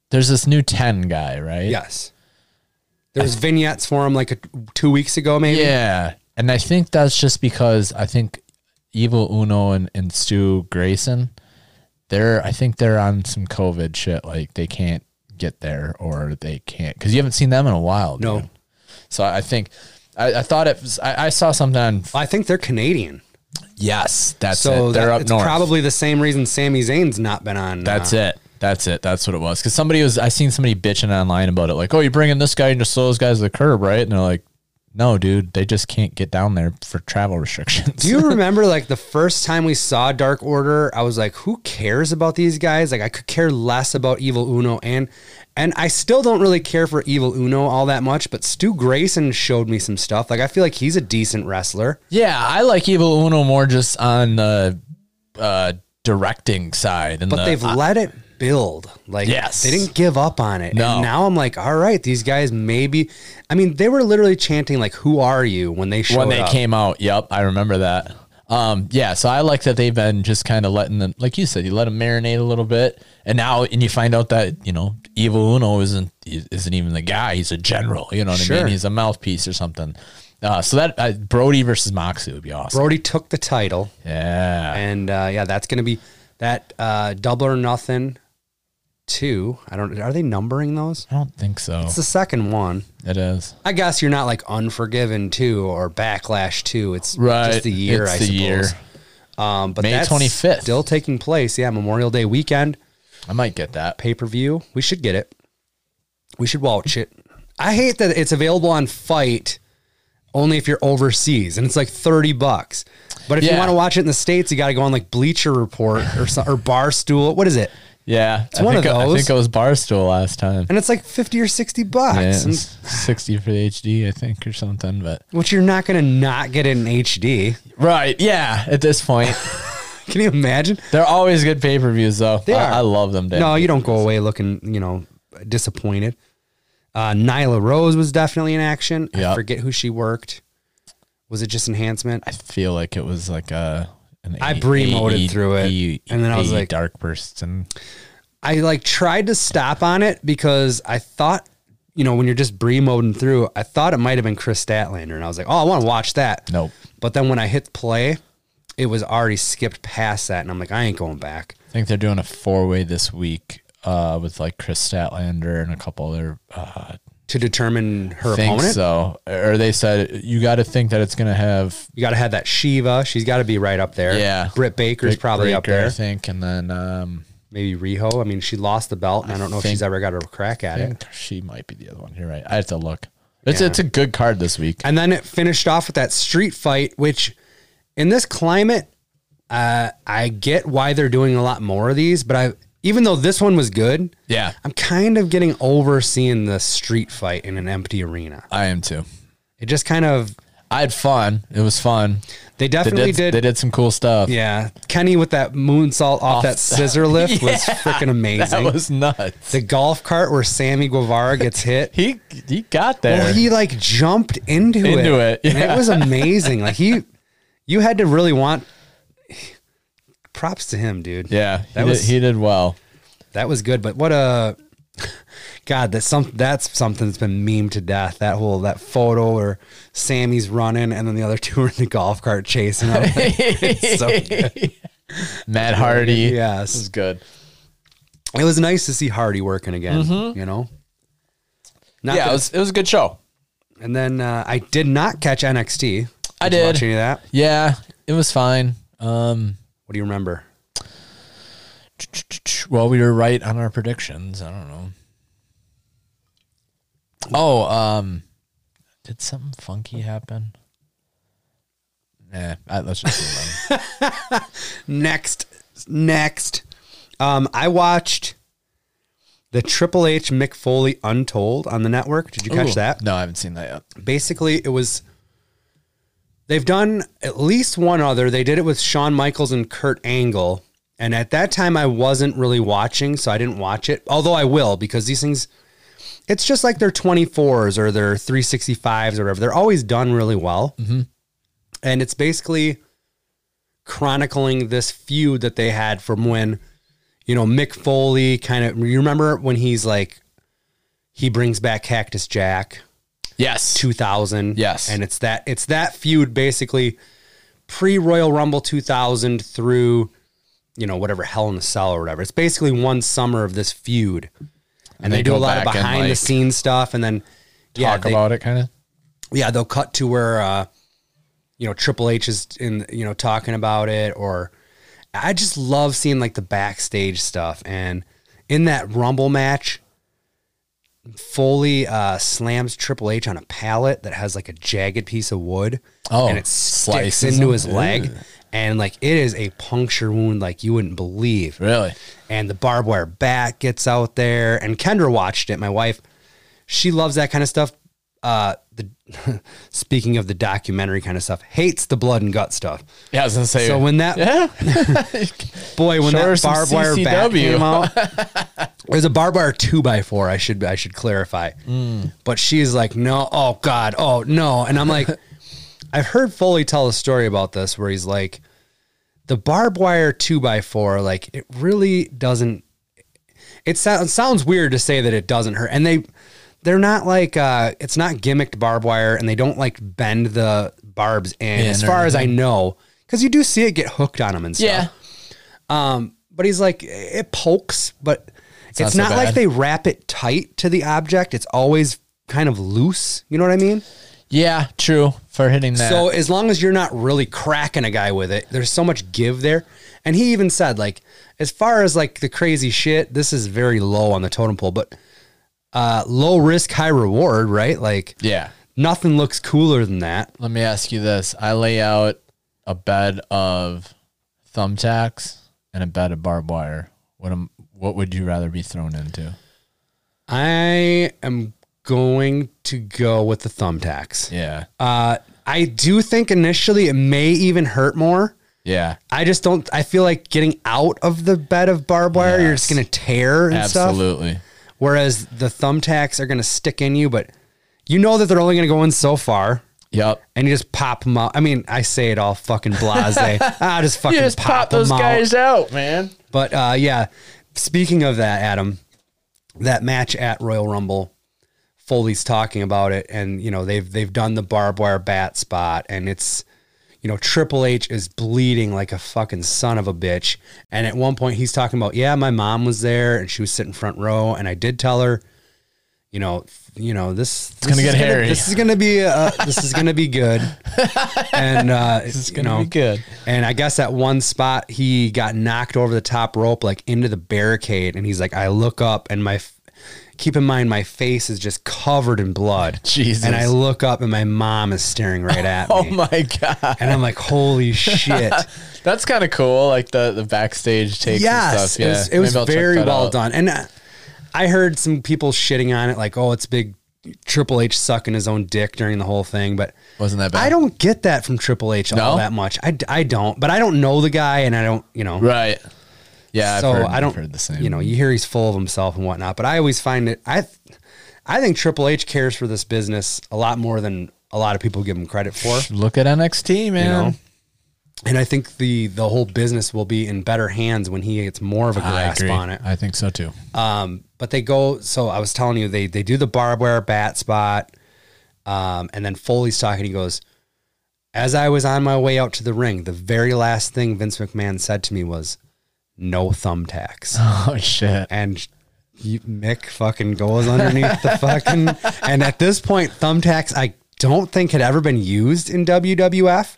Speaker 2: there's this new ten guy, right?
Speaker 1: Yes. There was vignettes for him like a, two weeks ago, maybe.
Speaker 2: Yeah. And I think that's just because I think Evil Uno and, and Stu Grayson, they're I think they're on some COVID shit. Like they can't get there or they can't because you haven't seen them in a while.
Speaker 1: No.
Speaker 2: dude. So I think I, I thought it was I, I saw something on
Speaker 1: I think they're Canadian.
Speaker 2: Yes, that's
Speaker 1: So
Speaker 2: it. They're
Speaker 1: that-
Speaker 2: up
Speaker 1: it's
Speaker 2: north.
Speaker 1: probably the same reason Sami Zayn's not been on. uh,
Speaker 2: That's it. That's it. That's what it was. Because somebody was, I seen somebody bitching online about it. Like, oh, you're bringing this guy and just throw those guys to the curb, right? And they're like, no, dude, they just can't get down there for travel restrictions.
Speaker 1: Do you remember like the first time we saw Dark Order? I was like, who cares about these guys? Like I could care less about Evil Uno and and I still don't really care for Evil Uno all that much, but Stu Grayson showed me some stuff. Like I feel like he's a decent wrestler.
Speaker 2: yeah, I like Evil Uno more just on the uh, directing side. And
Speaker 1: But
Speaker 2: the-
Speaker 1: they've let it build. Like
Speaker 2: Uh, Yes.
Speaker 1: they didn't give up on it.
Speaker 2: No.
Speaker 1: And now I'm like, all right, these guys maybe I mean, they were literally chanting like who are you when they showed
Speaker 2: when they
Speaker 1: up.
Speaker 2: came out. Yep, I remember that. Um, yeah, so I like that they've been just kind of letting them, like you said, you let them marinate a little bit, and now and you find out that you know Evil Uno isn't e, isn't even the guy; he's a general. You know what I
Speaker 1: Sure.
Speaker 2: mean? He's a mouthpiece or something. Uh, so that uh, Brody versus Moxley would be awesome.
Speaker 1: Brody took the title.
Speaker 2: yeah,
Speaker 1: and uh, yeah, that's gonna be that uh, double or nothing two. I don't. Are they numbering those?
Speaker 2: I don't think so.
Speaker 1: It's the second one.
Speaker 2: It is
Speaker 1: I guess you're not like Unforgiven two or Backlash two. It's just the year.
Speaker 2: It's
Speaker 1: I
Speaker 2: the
Speaker 1: suppose.
Speaker 2: year.
Speaker 1: Um, but
Speaker 2: May
Speaker 1: that's
Speaker 2: 25th.
Speaker 1: still taking place. Yeah, Memorial Day weekend
Speaker 2: I might get that.
Speaker 1: pay per view. We should get it. We should watch it. I hate that it's available on Fight only if you're overseas, and it's like thirty bucks. But if you
Speaker 2: Yeah.
Speaker 1: want to watch it in the states, you got to go on like Bleacher Report or so, or Barstool. What is it?
Speaker 2: Yeah, it's I
Speaker 1: one
Speaker 2: think,
Speaker 1: of
Speaker 2: I
Speaker 1: those.
Speaker 2: think it was Barstool last time.
Speaker 1: And it's like fifty or sixty
Speaker 2: Yeah,
Speaker 1: bucks,
Speaker 2: it's sixty for the HD, I think, or something. But
Speaker 1: and, which you're not going to not get it in HD.
Speaker 2: right, yeah. At this point,
Speaker 1: Can you imagine?
Speaker 2: They're always good pay per views, though.
Speaker 1: They
Speaker 2: I,
Speaker 1: are.
Speaker 2: I love them. Dan.
Speaker 1: No, you don't go away looking, you know, disappointed. Uh, Nyla Rose was definitely in action. I
Speaker 2: Yeah.
Speaker 1: forget who she worked. Was it just enhancement?
Speaker 2: I feel like it was like a. E, An
Speaker 1: I Bree-moded through it, and then I was like-
Speaker 2: E, dark person.
Speaker 1: I like tried to stop on it because I thought, you know, when you're just Bree moding through, I thought it might have been Chris Statlander, and I was like, oh, I want to watch that.
Speaker 2: Nope.
Speaker 1: But then when I hit play, it was already skipped past that, and I'm like, I ain't going back.
Speaker 2: I think they're doing a four way this week uh, with like Chris Statlander and a couple other. Uh,
Speaker 1: To determine her
Speaker 2: think
Speaker 1: opponent,
Speaker 2: so, or they said you got to think that it's gonna have
Speaker 1: you got to have that Shiva. She's got to be right up there.
Speaker 2: Yeah.
Speaker 1: Britt Baker's
Speaker 2: Brick
Speaker 1: probably up
Speaker 2: Breaker, I
Speaker 1: there.
Speaker 2: think, and then um,
Speaker 1: Maybe Riho. I mean, she lost the belt, and I don't know if
Speaker 2: think-
Speaker 1: she's ever got a crack at
Speaker 2: I
Speaker 1: it.
Speaker 2: think she might be the other one. You're right. I have to look. It's it's a good card this week.
Speaker 1: And then it finished off with that street fight, which in this climate, uh, I get why they're doing a lot more of these, but I even though this one was good,
Speaker 2: Yeah,
Speaker 1: I'm kind of getting over seeing the street fight in an empty arena.
Speaker 2: I am too.
Speaker 1: It just kind of
Speaker 2: I had fun. It was fun.
Speaker 1: they
Speaker 2: They
Speaker 1: definitely
Speaker 2: did,
Speaker 1: did,
Speaker 2: they did some cool stuff.
Speaker 1: yeah. Kenny with that moonsault off, that scissor lift was freaking
Speaker 2: That
Speaker 1: amazing.
Speaker 2: was nuts.
Speaker 1: the golf cart where Sammy Guevara gets hit.
Speaker 2: He he got there.
Speaker 1: Well, he like jumped into, it.
Speaker 2: Into it,
Speaker 1: And it was amazing. like he, you had to really want. Props to him, dude.
Speaker 2: yeah,
Speaker 1: that
Speaker 2: he
Speaker 1: was
Speaker 2: did, he did well.
Speaker 1: that was good. But what a God! That's some that's something that's been meme to death. That whole that photo where Sammy's running and then the other two are in the golf cart chasing him. It's so good.
Speaker 2: Matt Hardy.
Speaker 1: Yes.
Speaker 2: this is good.
Speaker 1: It was nice to see Hardy working again. You know. Not
Speaker 2: Mm-hmm. yeah,
Speaker 1: that-
Speaker 2: it was it was a good show.
Speaker 1: and then uh, I did not catch NXT.
Speaker 2: I
Speaker 1: you
Speaker 2: did.
Speaker 1: watch any of that?
Speaker 2: Yeah, it was fine. Um,
Speaker 1: What do you remember?
Speaker 2: well, we were right on our predictions. I don't know. Oh, um, did something funky happen? Nah, I, let's just move on.
Speaker 1: next Next, um, I watched the Triple H Mick Foley Untold on the network. Did you catch
Speaker 4: Ooh.
Speaker 1: that?
Speaker 4: No, I haven't seen that yet.
Speaker 1: Basically, it was. They've done at least one other. They did it with Shawn Michaels and Kurt Angle. And at that time, I wasn't really watching, so I didn't watch it. Although I will, because these things, it's just like their 24s or their 365s or whatever. They're always done really well. And it's basically chronicling this feud that they had from when, you know, Mick Foley kind of, you remember when he's like, he brings back Cactus Jack?
Speaker 4: Yes.
Speaker 1: 2000.
Speaker 4: Yes.
Speaker 1: And it's that it's that feud basically pre Royal Rumble 2000 through you know whatever Hell in a Cell or whatever. It's basically one summer of this feud. And, they,
Speaker 4: they
Speaker 1: do a
Speaker 4: go
Speaker 1: lot of
Speaker 4: back and,
Speaker 1: behind the
Speaker 4: like,
Speaker 1: scenes stuff and then yeah,
Speaker 4: Talk
Speaker 1: they-
Speaker 4: about it, kind of.
Speaker 1: yeah, they'll cut to where uh, you know Triple H is in, you know, talking about it, or I just love seeing like the backstage stuff. And in that Rumble match, Foley uh, slams Triple H on a pallet that has like a jagged piece of wood,
Speaker 4: Oh,
Speaker 1: and it sticks
Speaker 4: slices
Speaker 1: into
Speaker 4: him?
Speaker 1: his leg,
Speaker 4: Ew.
Speaker 1: and like it is a puncture wound like you wouldn't believe
Speaker 4: Really?
Speaker 1: and the barbed wire bat gets out there and kendra watched it my wife she loves that kind of stuff uh the speaking of the documentary kind of stuff hates the blood and gut stuff
Speaker 4: Yeah, I was gonna say.
Speaker 1: so when that
Speaker 4: yeah,
Speaker 1: boy when
Speaker 4: Show her
Speaker 1: that
Speaker 4: some
Speaker 1: barbed wire bat
Speaker 4: CCW.
Speaker 1: came out there's a barbed wire two by four i should i should clarify
Speaker 4: Mm.
Speaker 1: but she's like no oh god oh no and i'm like i've heard foley tell a story about this where he's like the barbed wire two by four like it really doesn't it sounds sounds weird to say that it doesn't hurt and they they're not like uh it's not gimmicked barbed wire and they don't like bend the barbs in, as
Speaker 4: or
Speaker 1: far as i know because you do see it get hooked on them and stuff
Speaker 4: yeah,
Speaker 1: but he's like it pokes but it's,
Speaker 4: not so
Speaker 1: not like
Speaker 4: bad.
Speaker 1: they wrap it tight to the object it's always kind of loose you know what i mean
Speaker 4: yeah, true for hitting that.
Speaker 1: so as long as you're not really cracking a guy with it there's so much give there and he even said like as far as like the crazy shit this is very low on the totem pole but uh low risk high reward right like
Speaker 4: yeah,
Speaker 1: nothing looks cooler than that
Speaker 4: let me ask you this: I lay out a bed of thumbtacks and a bed of barbed wire. What am? What would you rather be thrown into?
Speaker 1: i am going to go with the thumbtacks
Speaker 4: Yeah,
Speaker 1: Uh, I do think initially it may even hurt more.
Speaker 4: yeah,
Speaker 1: I just don't. I feel like getting out of the bed of barbed wire, you're just
Speaker 4: Yes.
Speaker 1: gonna tear and stuff.
Speaker 4: absolutely.
Speaker 1: Whereas the thumbtacks are gonna stick in you, but you know that they're only gonna go in so far,
Speaker 4: Yep.
Speaker 1: and you just pop them out. I mean, I say it all fucking blasé. I just fucking pop, them out.
Speaker 4: out, man.
Speaker 1: But uh, yeah, speaking of that, Adam, that match at Royal Rumble, Foley's talking about it, and you know they've they've done the barbed wire bat spot, and it's you know Triple H is bleeding like a fucking son of a bitch, and at one point he's talking about yeah, my mom was there and she was sitting front row, and I did tell her. You know, you know this. It's
Speaker 4: gonna get hairy.
Speaker 1: This is gonna be. Uh, this is gonna be good. And uh, this
Speaker 4: It's gonna be good.
Speaker 1: and I guess at one spot he got knocked over the top rope, like into the barricade, and he's like, I look up and my. f- Keep in mind, my face is just covered in blood.
Speaker 4: Jesus.
Speaker 1: And I look up, and my mom is staring right at
Speaker 4: Oh
Speaker 1: me.
Speaker 4: my god,
Speaker 1: And I'm like, "Holy shit!"
Speaker 4: that's kind of cool. Like the the backstage takes. and
Speaker 1: yes,
Speaker 4: stuff. Yeah,
Speaker 1: it was,
Speaker 4: Maybe
Speaker 1: it
Speaker 4: I'll
Speaker 1: was
Speaker 4: check
Speaker 1: very
Speaker 4: that
Speaker 1: well
Speaker 4: out.
Speaker 1: done. And uh, I heard some people shitting on it, like, "Oh, it's big Triple H sucking his own dick during the whole thing." But
Speaker 4: Wasn't that bad?
Speaker 1: I don't get that from Triple H all
Speaker 4: No?
Speaker 1: that much. I, I don't, but I don't know the guy, and I don't, you know,
Speaker 4: Right. Yeah.
Speaker 1: so
Speaker 4: I've heard,
Speaker 1: I don't,
Speaker 4: I've heard the same.
Speaker 1: you know, you hear he's full of himself and whatnot, but I always find it, I, I think Triple H cares for this business a lot more than a lot of people give him credit for,
Speaker 4: look at NXT, man.
Speaker 1: you know? And I think the, the whole business will be in better hands when he gets more of a grasp on it.
Speaker 4: I think so too.
Speaker 1: Um, but they go. So I was telling you, they they do the barbed wire bat spot, um, and then Foley's talking. He goes, "As I was on my way out to the ring, the very last thing Vince McMahon said to me was, no thumbtacks.'"
Speaker 4: Oh shit.
Speaker 1: and you, Mick fucking goes underneath the fucking. And at this point, thumbtacks I don't think had ever been used in WWF,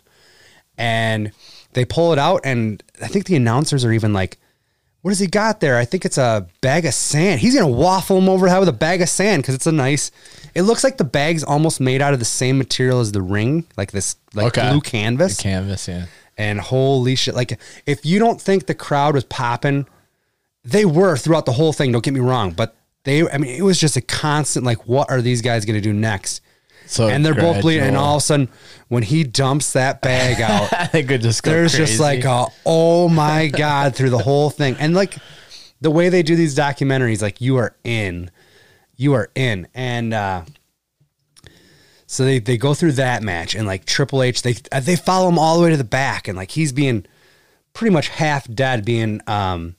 Speaker 1: and they pull it out, and I think the announcers are even like. What has he got there? I think it's a bag of sand. He's gonna waffle him over the head with a bag of sand because it's a nice. It looks like the bag's almost made out of the same material as the ring, like this, like
Speaker 4: Okay.
Speaker 1: blue canvas
Speaker 4: Canvas, yeah.
Speaker 1: And holy shit, like if you don't think the crowd was popping, they were throughout the whole thing, don't get me wrong, but they I mean it was just a constant like what are these guys going to do next?
Speaker 2: So
Speaker 1: and they're both bleeding and
Speaker 2: gradual.
Speaker 1: all of a sudden when he dumps that bag out
Speaker 2: I think it just
Speaker 1: there's just like a oh my god through the whole thing and like the way they do these documentaries like you are in you are in and uh so they, they go through that match and like Triple H they uh, they follow him all the way to the back and like he's being pretty much half dead being um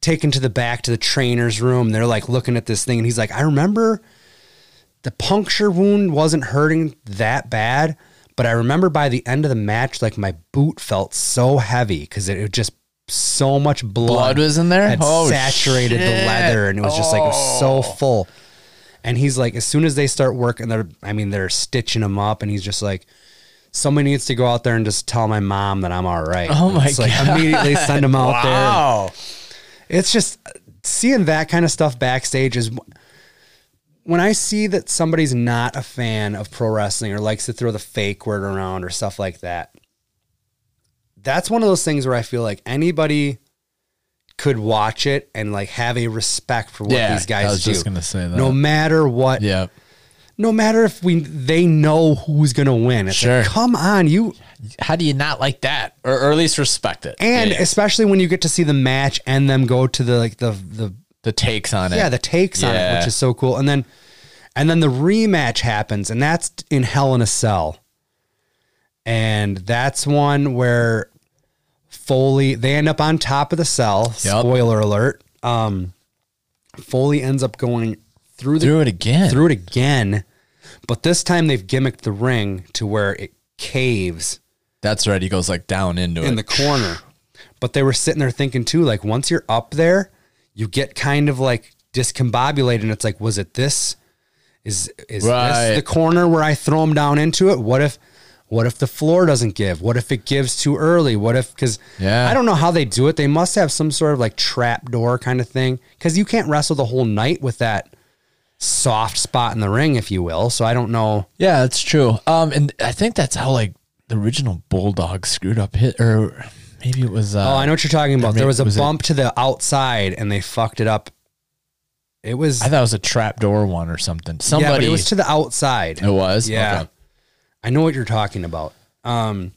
Speaker 1: taken to the back to the trainer's room they're like looking at this thing and he's like I remember the puncture wound wasn't hurting that bad, but I remember by the end of the match, like my boot felt so heavy because it, it just so much blood,
Speaker 2: Blood was in there?
Speaker 1: had
Speaker 2: Oh,
Speaker 1: saturated the
Speaker 2: shit. Oh,
Speaker 1: leather, and it was just like it was so full. And he's like, as soon as they start working, they're I mean they're stitching him up, and he's just like. Somebody needs to go out there and just tell my mom that I'm all right.
Speaker 2: Oh my
Speaker 1: it's Like immediately send him out there it's just seeing that kind of stuff backstage is when I see that somebody's not a fan of pro wrestling or likes to throw the fake word around or stuff like that. That's one of those things where I feel like anybody could watch it and like have a respect for what
Speaker 2: Yeah,
Speaker 1: these guys
Speaker 2: I was
Speaker 1: do.
Speaker 2: just gonna say that.
Speaker 1: No matter what,
Speaker 2: Yeah.
Speaker 1: no matter if we they know who's gonna win. It's
Speaker 2: Sure.
Speaker 1: like, come on, you
Speaker 2: How do you not like that, or, or at least respect it?
Speaker 1: and
Speaker 2: Yeah.
Speaker 1: especially when you get to see the match and them go to the like the the
Speaker 2: the takes on it.
Speaker 1: Yeah, the takes on it, which
Speaker 2: Yeah.
Speaker 1: is so cool. And then and then the rematch happens, and that's in Hell in a Cell. And that's one where Foley they end up on top of the cell.
Speaker 2: Yep.
Speaker 1: Spoiler alert. Um Foley ends up going through the
Speaker 2: through it again.
Speaker 1: through it again, but this time they've gimmicked the ring to where it caves
Speaker 2: That's right. He goes like down into it.
Speaker 1: in the corner. But they were sitting there thinking too, like once you're up there, you get kind of like discombobulated, and it's like, was it this? Is is
Speaker 2: Right.
Speaker 1: this the corner where I throw him down into it? What if, what if the floor doesn't give? What if it gives too early? What if because
Speaker 2: Yeah.
Speaker 1: I don't know how they do it. They must have some sort of like trap door kind of thing because you can't wrestle the whole night with that soft spot in the ring, if you will. So I don't know.
Speaker 2: yeah, that's true. Um, and I think that's how like the original bulldog screwed up hit, or maybe it was. Uh,
Speaker 1: Oh, I know what you're talking about.
Speaker 2: mean,
Speaker 1: There was a
Speaker 2: was it-
Speaker 1: bump to the outside, and they fucked it up. It was
Speaker 2: I thought it was a trap door one or something. Somebody.
Speaker 1: Yeah, but it was to the outside.
Speaker 2: It was?
Speaker 1: Yeah.
Speaker 2: Okay.
Speaker 1: I know what you're talking about. Um,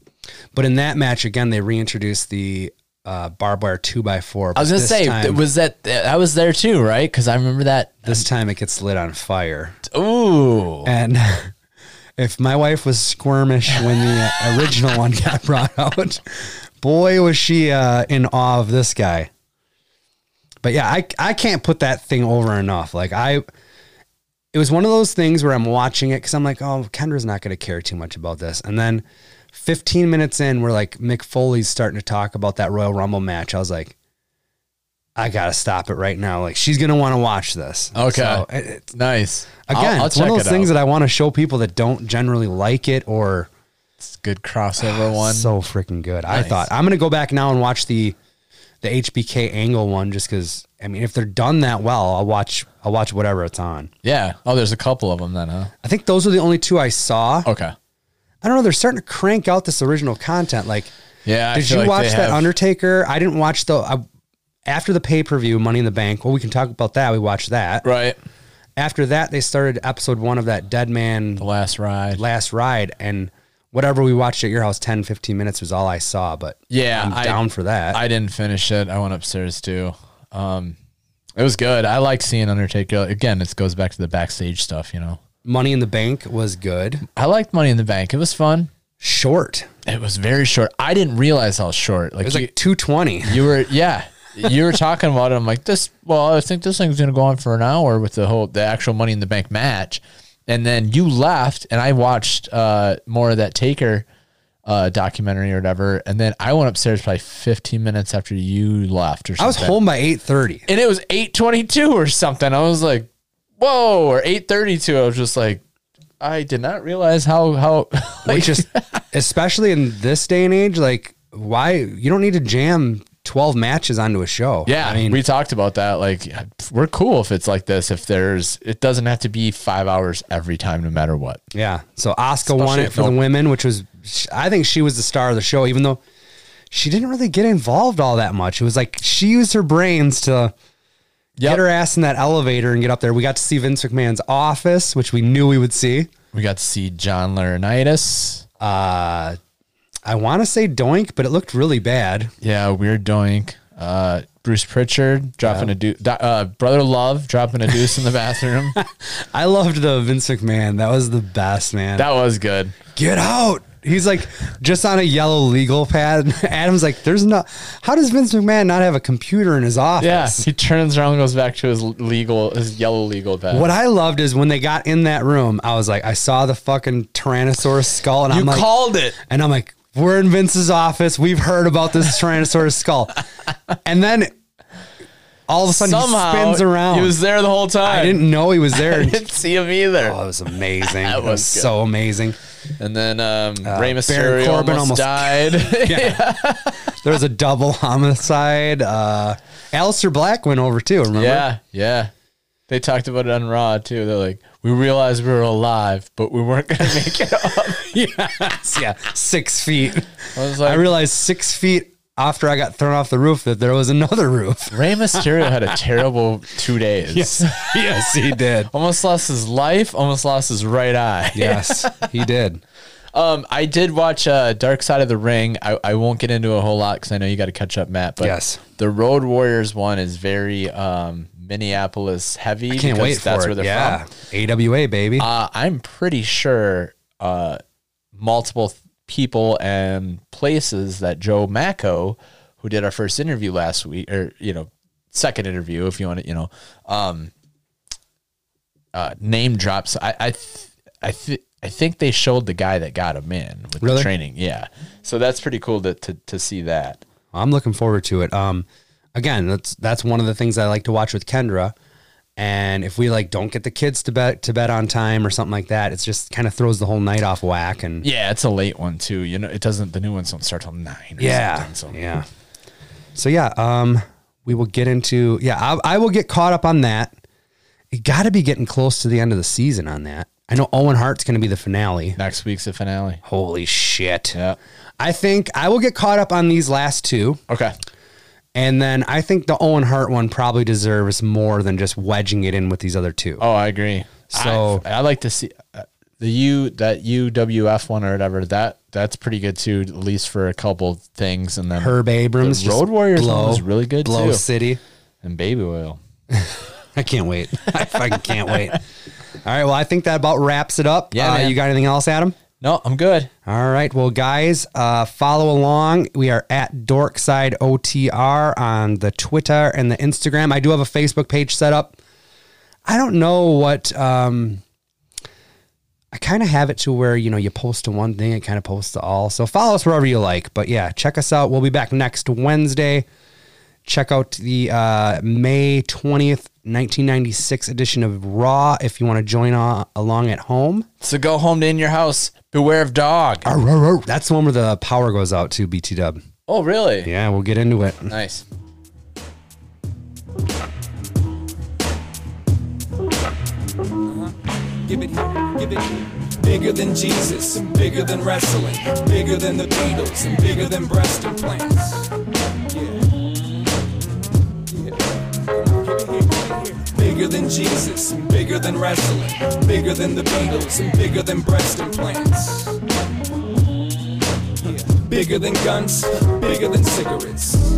Speaker 1: but in that match again, they reintroduced the uh, barbed wire two by four.
Speaker 2: I was gonna say,
Speaker 1: time,
Speaker 2: was that I was there too, right? Because I remember that.
Speaker 1: this time it gets lit on fire.
Speaker 2: Ooh,
Speaker 1: And if my wife was squirmish when the uh, original one got brought out, boy was she uh, in awe of this guy. But yeah, I I can't put that thing over enough. Like I, it was one of those things where I'm watching it because I'm like, oh, Kendra's not going to care too much about this. And then 15 minutes in, we're like Mick Foley's starting to talk about that Royal Rumble match. I was like. I gotta stop it right now. Like she's gonna want to watch this.
Speaker 2: Okay.
Speaker 1: So it- it-
Speaker 2: nice. I'll-
Speaker 1: again,
Speaker 2: I'll
Speaker 1: it's one of
Speaker 2: check
Speaker 1: those
Speaker 2: it
Speaker 1: things
Speaker 2: out.
Speaker 1: that I want to show people that don't generally like it or
Speaker 2: It's a good crossover one.
Speaker 1: so freaking good. I
Speaker 2: Nice.
Speaker 1: thought I'm gonna go back now and watch the the HBK angle one just because I mean if they're done that well, I'll watch I'll watch whatever it's on.
Speaker 2: yeah. Oh, there's a couple of them then, huh?
Speaker 1: I think those are the only two I saw.
Speaker 2: Okay.
Speaker 1: I don't know. They're starting to crank out this original content. Like,
Speaker 2: Yeah. I
Speaker 1: did
Speaker 2: feel
Speaker 1: you
Speaker 2: like
Speaker 1: watch
Speaker 2: they
Speaker 1: that
Speaker 2: have-
Speaker 1: Undertaker? I didn't watch the I, after the pay per view Money in the Bank. Well, we can talk about that. We watched that.
Speaker 2: Right.
Speaker 1: After that, they started episode one of that Dead Man
Speaker 2: The last ride.
Speaker 1: last ride and whatever we watched at your house 10 15 minutes was all i saw but
Speaker 2: Yeah,
Speaker 1: i'm
Speaker 2: I-
Speaker 1: down for that
Speaker 2: I didn't finish it. I went upstairs too. Um, it was good. I like seeing Undertaker again. It goes back to the backstage stuff, you know.
Speaker 1: money in the bank was good
Speaker 2: I liked Money in the Bank. It was fun.
Speaker 1: short
Speaker 2: It was very short. I didn't realize how short.
Speaker 1: it
Speaker 2: Like,
Speaker 1: was like 220
Speaker 2: you, you were, yeah, you were talking about it. I'm like, this. Well, I think this thing's gonna go on for an hour with the whole the actual Money in the Bank match, and then you left, and I watched uh, more of that Taker uh, documentary or whatever, and then I went upstairs probably 15 minutes after you left or something.
Speaker 1: i was home by 830
Speaker 2: and it was 822 or something i was like whoa or 832 i was just like i did not realize how how like,
Speaker 1: which is especially in this day and age like why you don't need to jam 12 matches onto a show.
Speaker 2: Yeah,
Speaker 1: I mean,
Speaker 2: we talked about that. Like, we're cool if it's like this. If there's, it doesn't have to be five hours every time, no matter what.
Speaker 1: yeah. So Asuka won
Speaker 2: Especially
Speaker 1: it
Speaker 2: if
Speaker 1: for
Speaker 2: no-
Speaker 1: the women, which was, sh- I think she was the star of the show, even though she didn't really get involved all that much. It was like she used her brains to
Speaker 2: Yep.
Speaker 1: get her ass in that elevator and get up there. We got to see Vince McMahon's office, which we knew we would see.
Speaker 2: We got to see John Laurinaitis.
Speaker 1: I want to say doink, but it looked really bad.
Speaker 2: Yeah, weird doink. Uh, Bruce Pritchard dropping a deuce. Uh, Brother Love dropping a deuce in the bathroom.
Speaker 1: I loved the Vince McMahon. That was the best, man.
Speaker 2: that was good.
Speaker 1: get out. He's like just on a yellow legal pad. Adam's like, there's no. How does Vince McMahon not have a computer in his
Speaker 2: Yeah,
Speaker 1: office?
Speaker 2: he turns around and goes back to his legal, his yellow legal bed.
Speaker 1: What I loved is when they got in that room, I was like, I saw the fucking Tyrannosaurus skull, and I'm like,
Speaker 2: it.
Speaker 1: and I'm like, we're in Vince's office. We've heard about this Tyrannosaurus skull, and then all of a sudden
Speaker 2: Somehow
Speaker 1: he spins around.
Speaker 2: He was there the whole time.
Speaker 1: I didn't know he was there.
Speaker 2: didn't see him either.
Speaker 1: Oh, it was amazing. that was,
Speaker 2: was good.
Speaker 1: so amazing.
Speaker 2: And then um, Rey
Speaker 1: uh, Baron
Speaker 2: Mysterio
Speaker 1: Corbin almost-
Speaker 2: almost, died.
Speaker 1: There was a double homicide. Uh, Alistair Black went over too. Remember?
Speaker 2: yeah, yeah. They talked about it on Raw too. They're like, we realized we were alive, but we weren't gonna make it up.
Speaker 1: Yes, yeah, six feet.
Speaker 2: I was
Speaker 1: I
Speaker 2: like,
Speaker 1: realized six feet after I got thrown off the roof that there was another roof.
Speaker 2: Rey Mysterio had a terrible two days.
Speaker 1: yes, he did.
Speaker 2: Almost lost his life. Almost lost his right eye.
Speaker 1: Yes, he did.
Speaker 2: Um, I did watch uh, Dark Side of the Ring. I, I won't get into a whole lot because I know you got to catch up, Matt. But
Speaker 1: Yes.
Speaker 2: the Road Warriors one is very um, Minneapolis heavy.
Speaker 1: Can't
Speaker 2: because
Speaker 1: wait for
Speaker 2: That's
Speaker 1: it.
Speaker 2: where they're from.
Speaker 1: yeah, AWA baby.
Speaker 2: Uh, I'm pretty sure uh, multiple th- people and places that Joe Macco, who did our first interview last week, or you know, second interview, if you want to, you know, um, uh, name drops. I I th- I, th- I think they showed the guy that got him in with
Speaker 1: Really?
Speaker 2: the training. Yeah, so that's pretty cool to to, to see that.
Speaker 1: I'm looking forward to it. Um, again, that's that's one of the things I like to watch with Kendra. And if we like don't get the kids to bed to bed on time or something like that, it's just kind of throws the whole night off whack. And
Speaker 2: Yeah, it's a late one too. You know, it doesn't. The new ones don't start till nine. Or
Speaker 1: Yeah.
Speaker 2: something, so.
Speaker 1: Yeah. So yeah, um, we will get into yeah, I, I will get caught up on that. You gotta be getting close to the end of the season on that. I know Owen Hart's gonna be the finale.
Speaker 2: Next week's the finale.
Speaker 1: Holy shit.
Speaker 2: Yeah.
Speaker 1: I think I will get caught up on these last two.
Speaker 2: Okay.
Speaker 1: And then I think the Owen Hart one probably deserves more than just wedging it in with these other two.
Speaker 2: Oh, I agree.
Speaker 1: So-
Speaker 2: I, I like to see uh, the U that UWF one or whatever. That that's pretty good too, at least for a couple things. And then
Speaker 1: Herb Abrams, just
Speaker 2: Road Warriors one
Speaker 1: blow,
Speaker 2: was really good
Speaker 1: blow
Speaker 2: too.
Speaker 1: city.
Speaker 2: and Baby Oil.
Speaker 1: I can't wait. I fucking can't wait. All right. Well, I think that about wraps it up.
Speaker 2: Yeah,
Speaker 1: Uh,
Speaker 2: man.
Speaker 1: you got anything else, Adam?
Speaker 2: No, I'm good.
Speaker 1: All right. Well, guys, uh, follow along. We are at Dorkside OTR on the Twitter and the Instagram. I do have a Facebook page set up. I don't know what. Um, I kind of have it to where you know you post to one thing, it kind of posts to all. So follow us wherever you like. But yeah, check us out. We'll be back next Wednesday. Check out the uh, May twentieth, nineteen ninety six edition of Raw if you want to join uh, along at home.
Speaker 2: So go home to in your house. Beware of dog.
Speaker 1: Arr, arr, arr. That's the one where the power goes out to BT Dub.
Speaker 2: Oh, really?
Speaker 1: Yeah, we'll get into it.
Speaker 2: Nice.
Speaker 5: Give it here, give it here. Bigger than Jesus and bigger than wrestling. Bigger than the Beatles and bigger than breast implants. Yeah. Yeah. Give it here, give it here. Bigger than Jesus and bigger than wrestling. Bigger than the Beatles and bigger than breast implants. Yeah. Bigger than guns, bigger than cigarettes.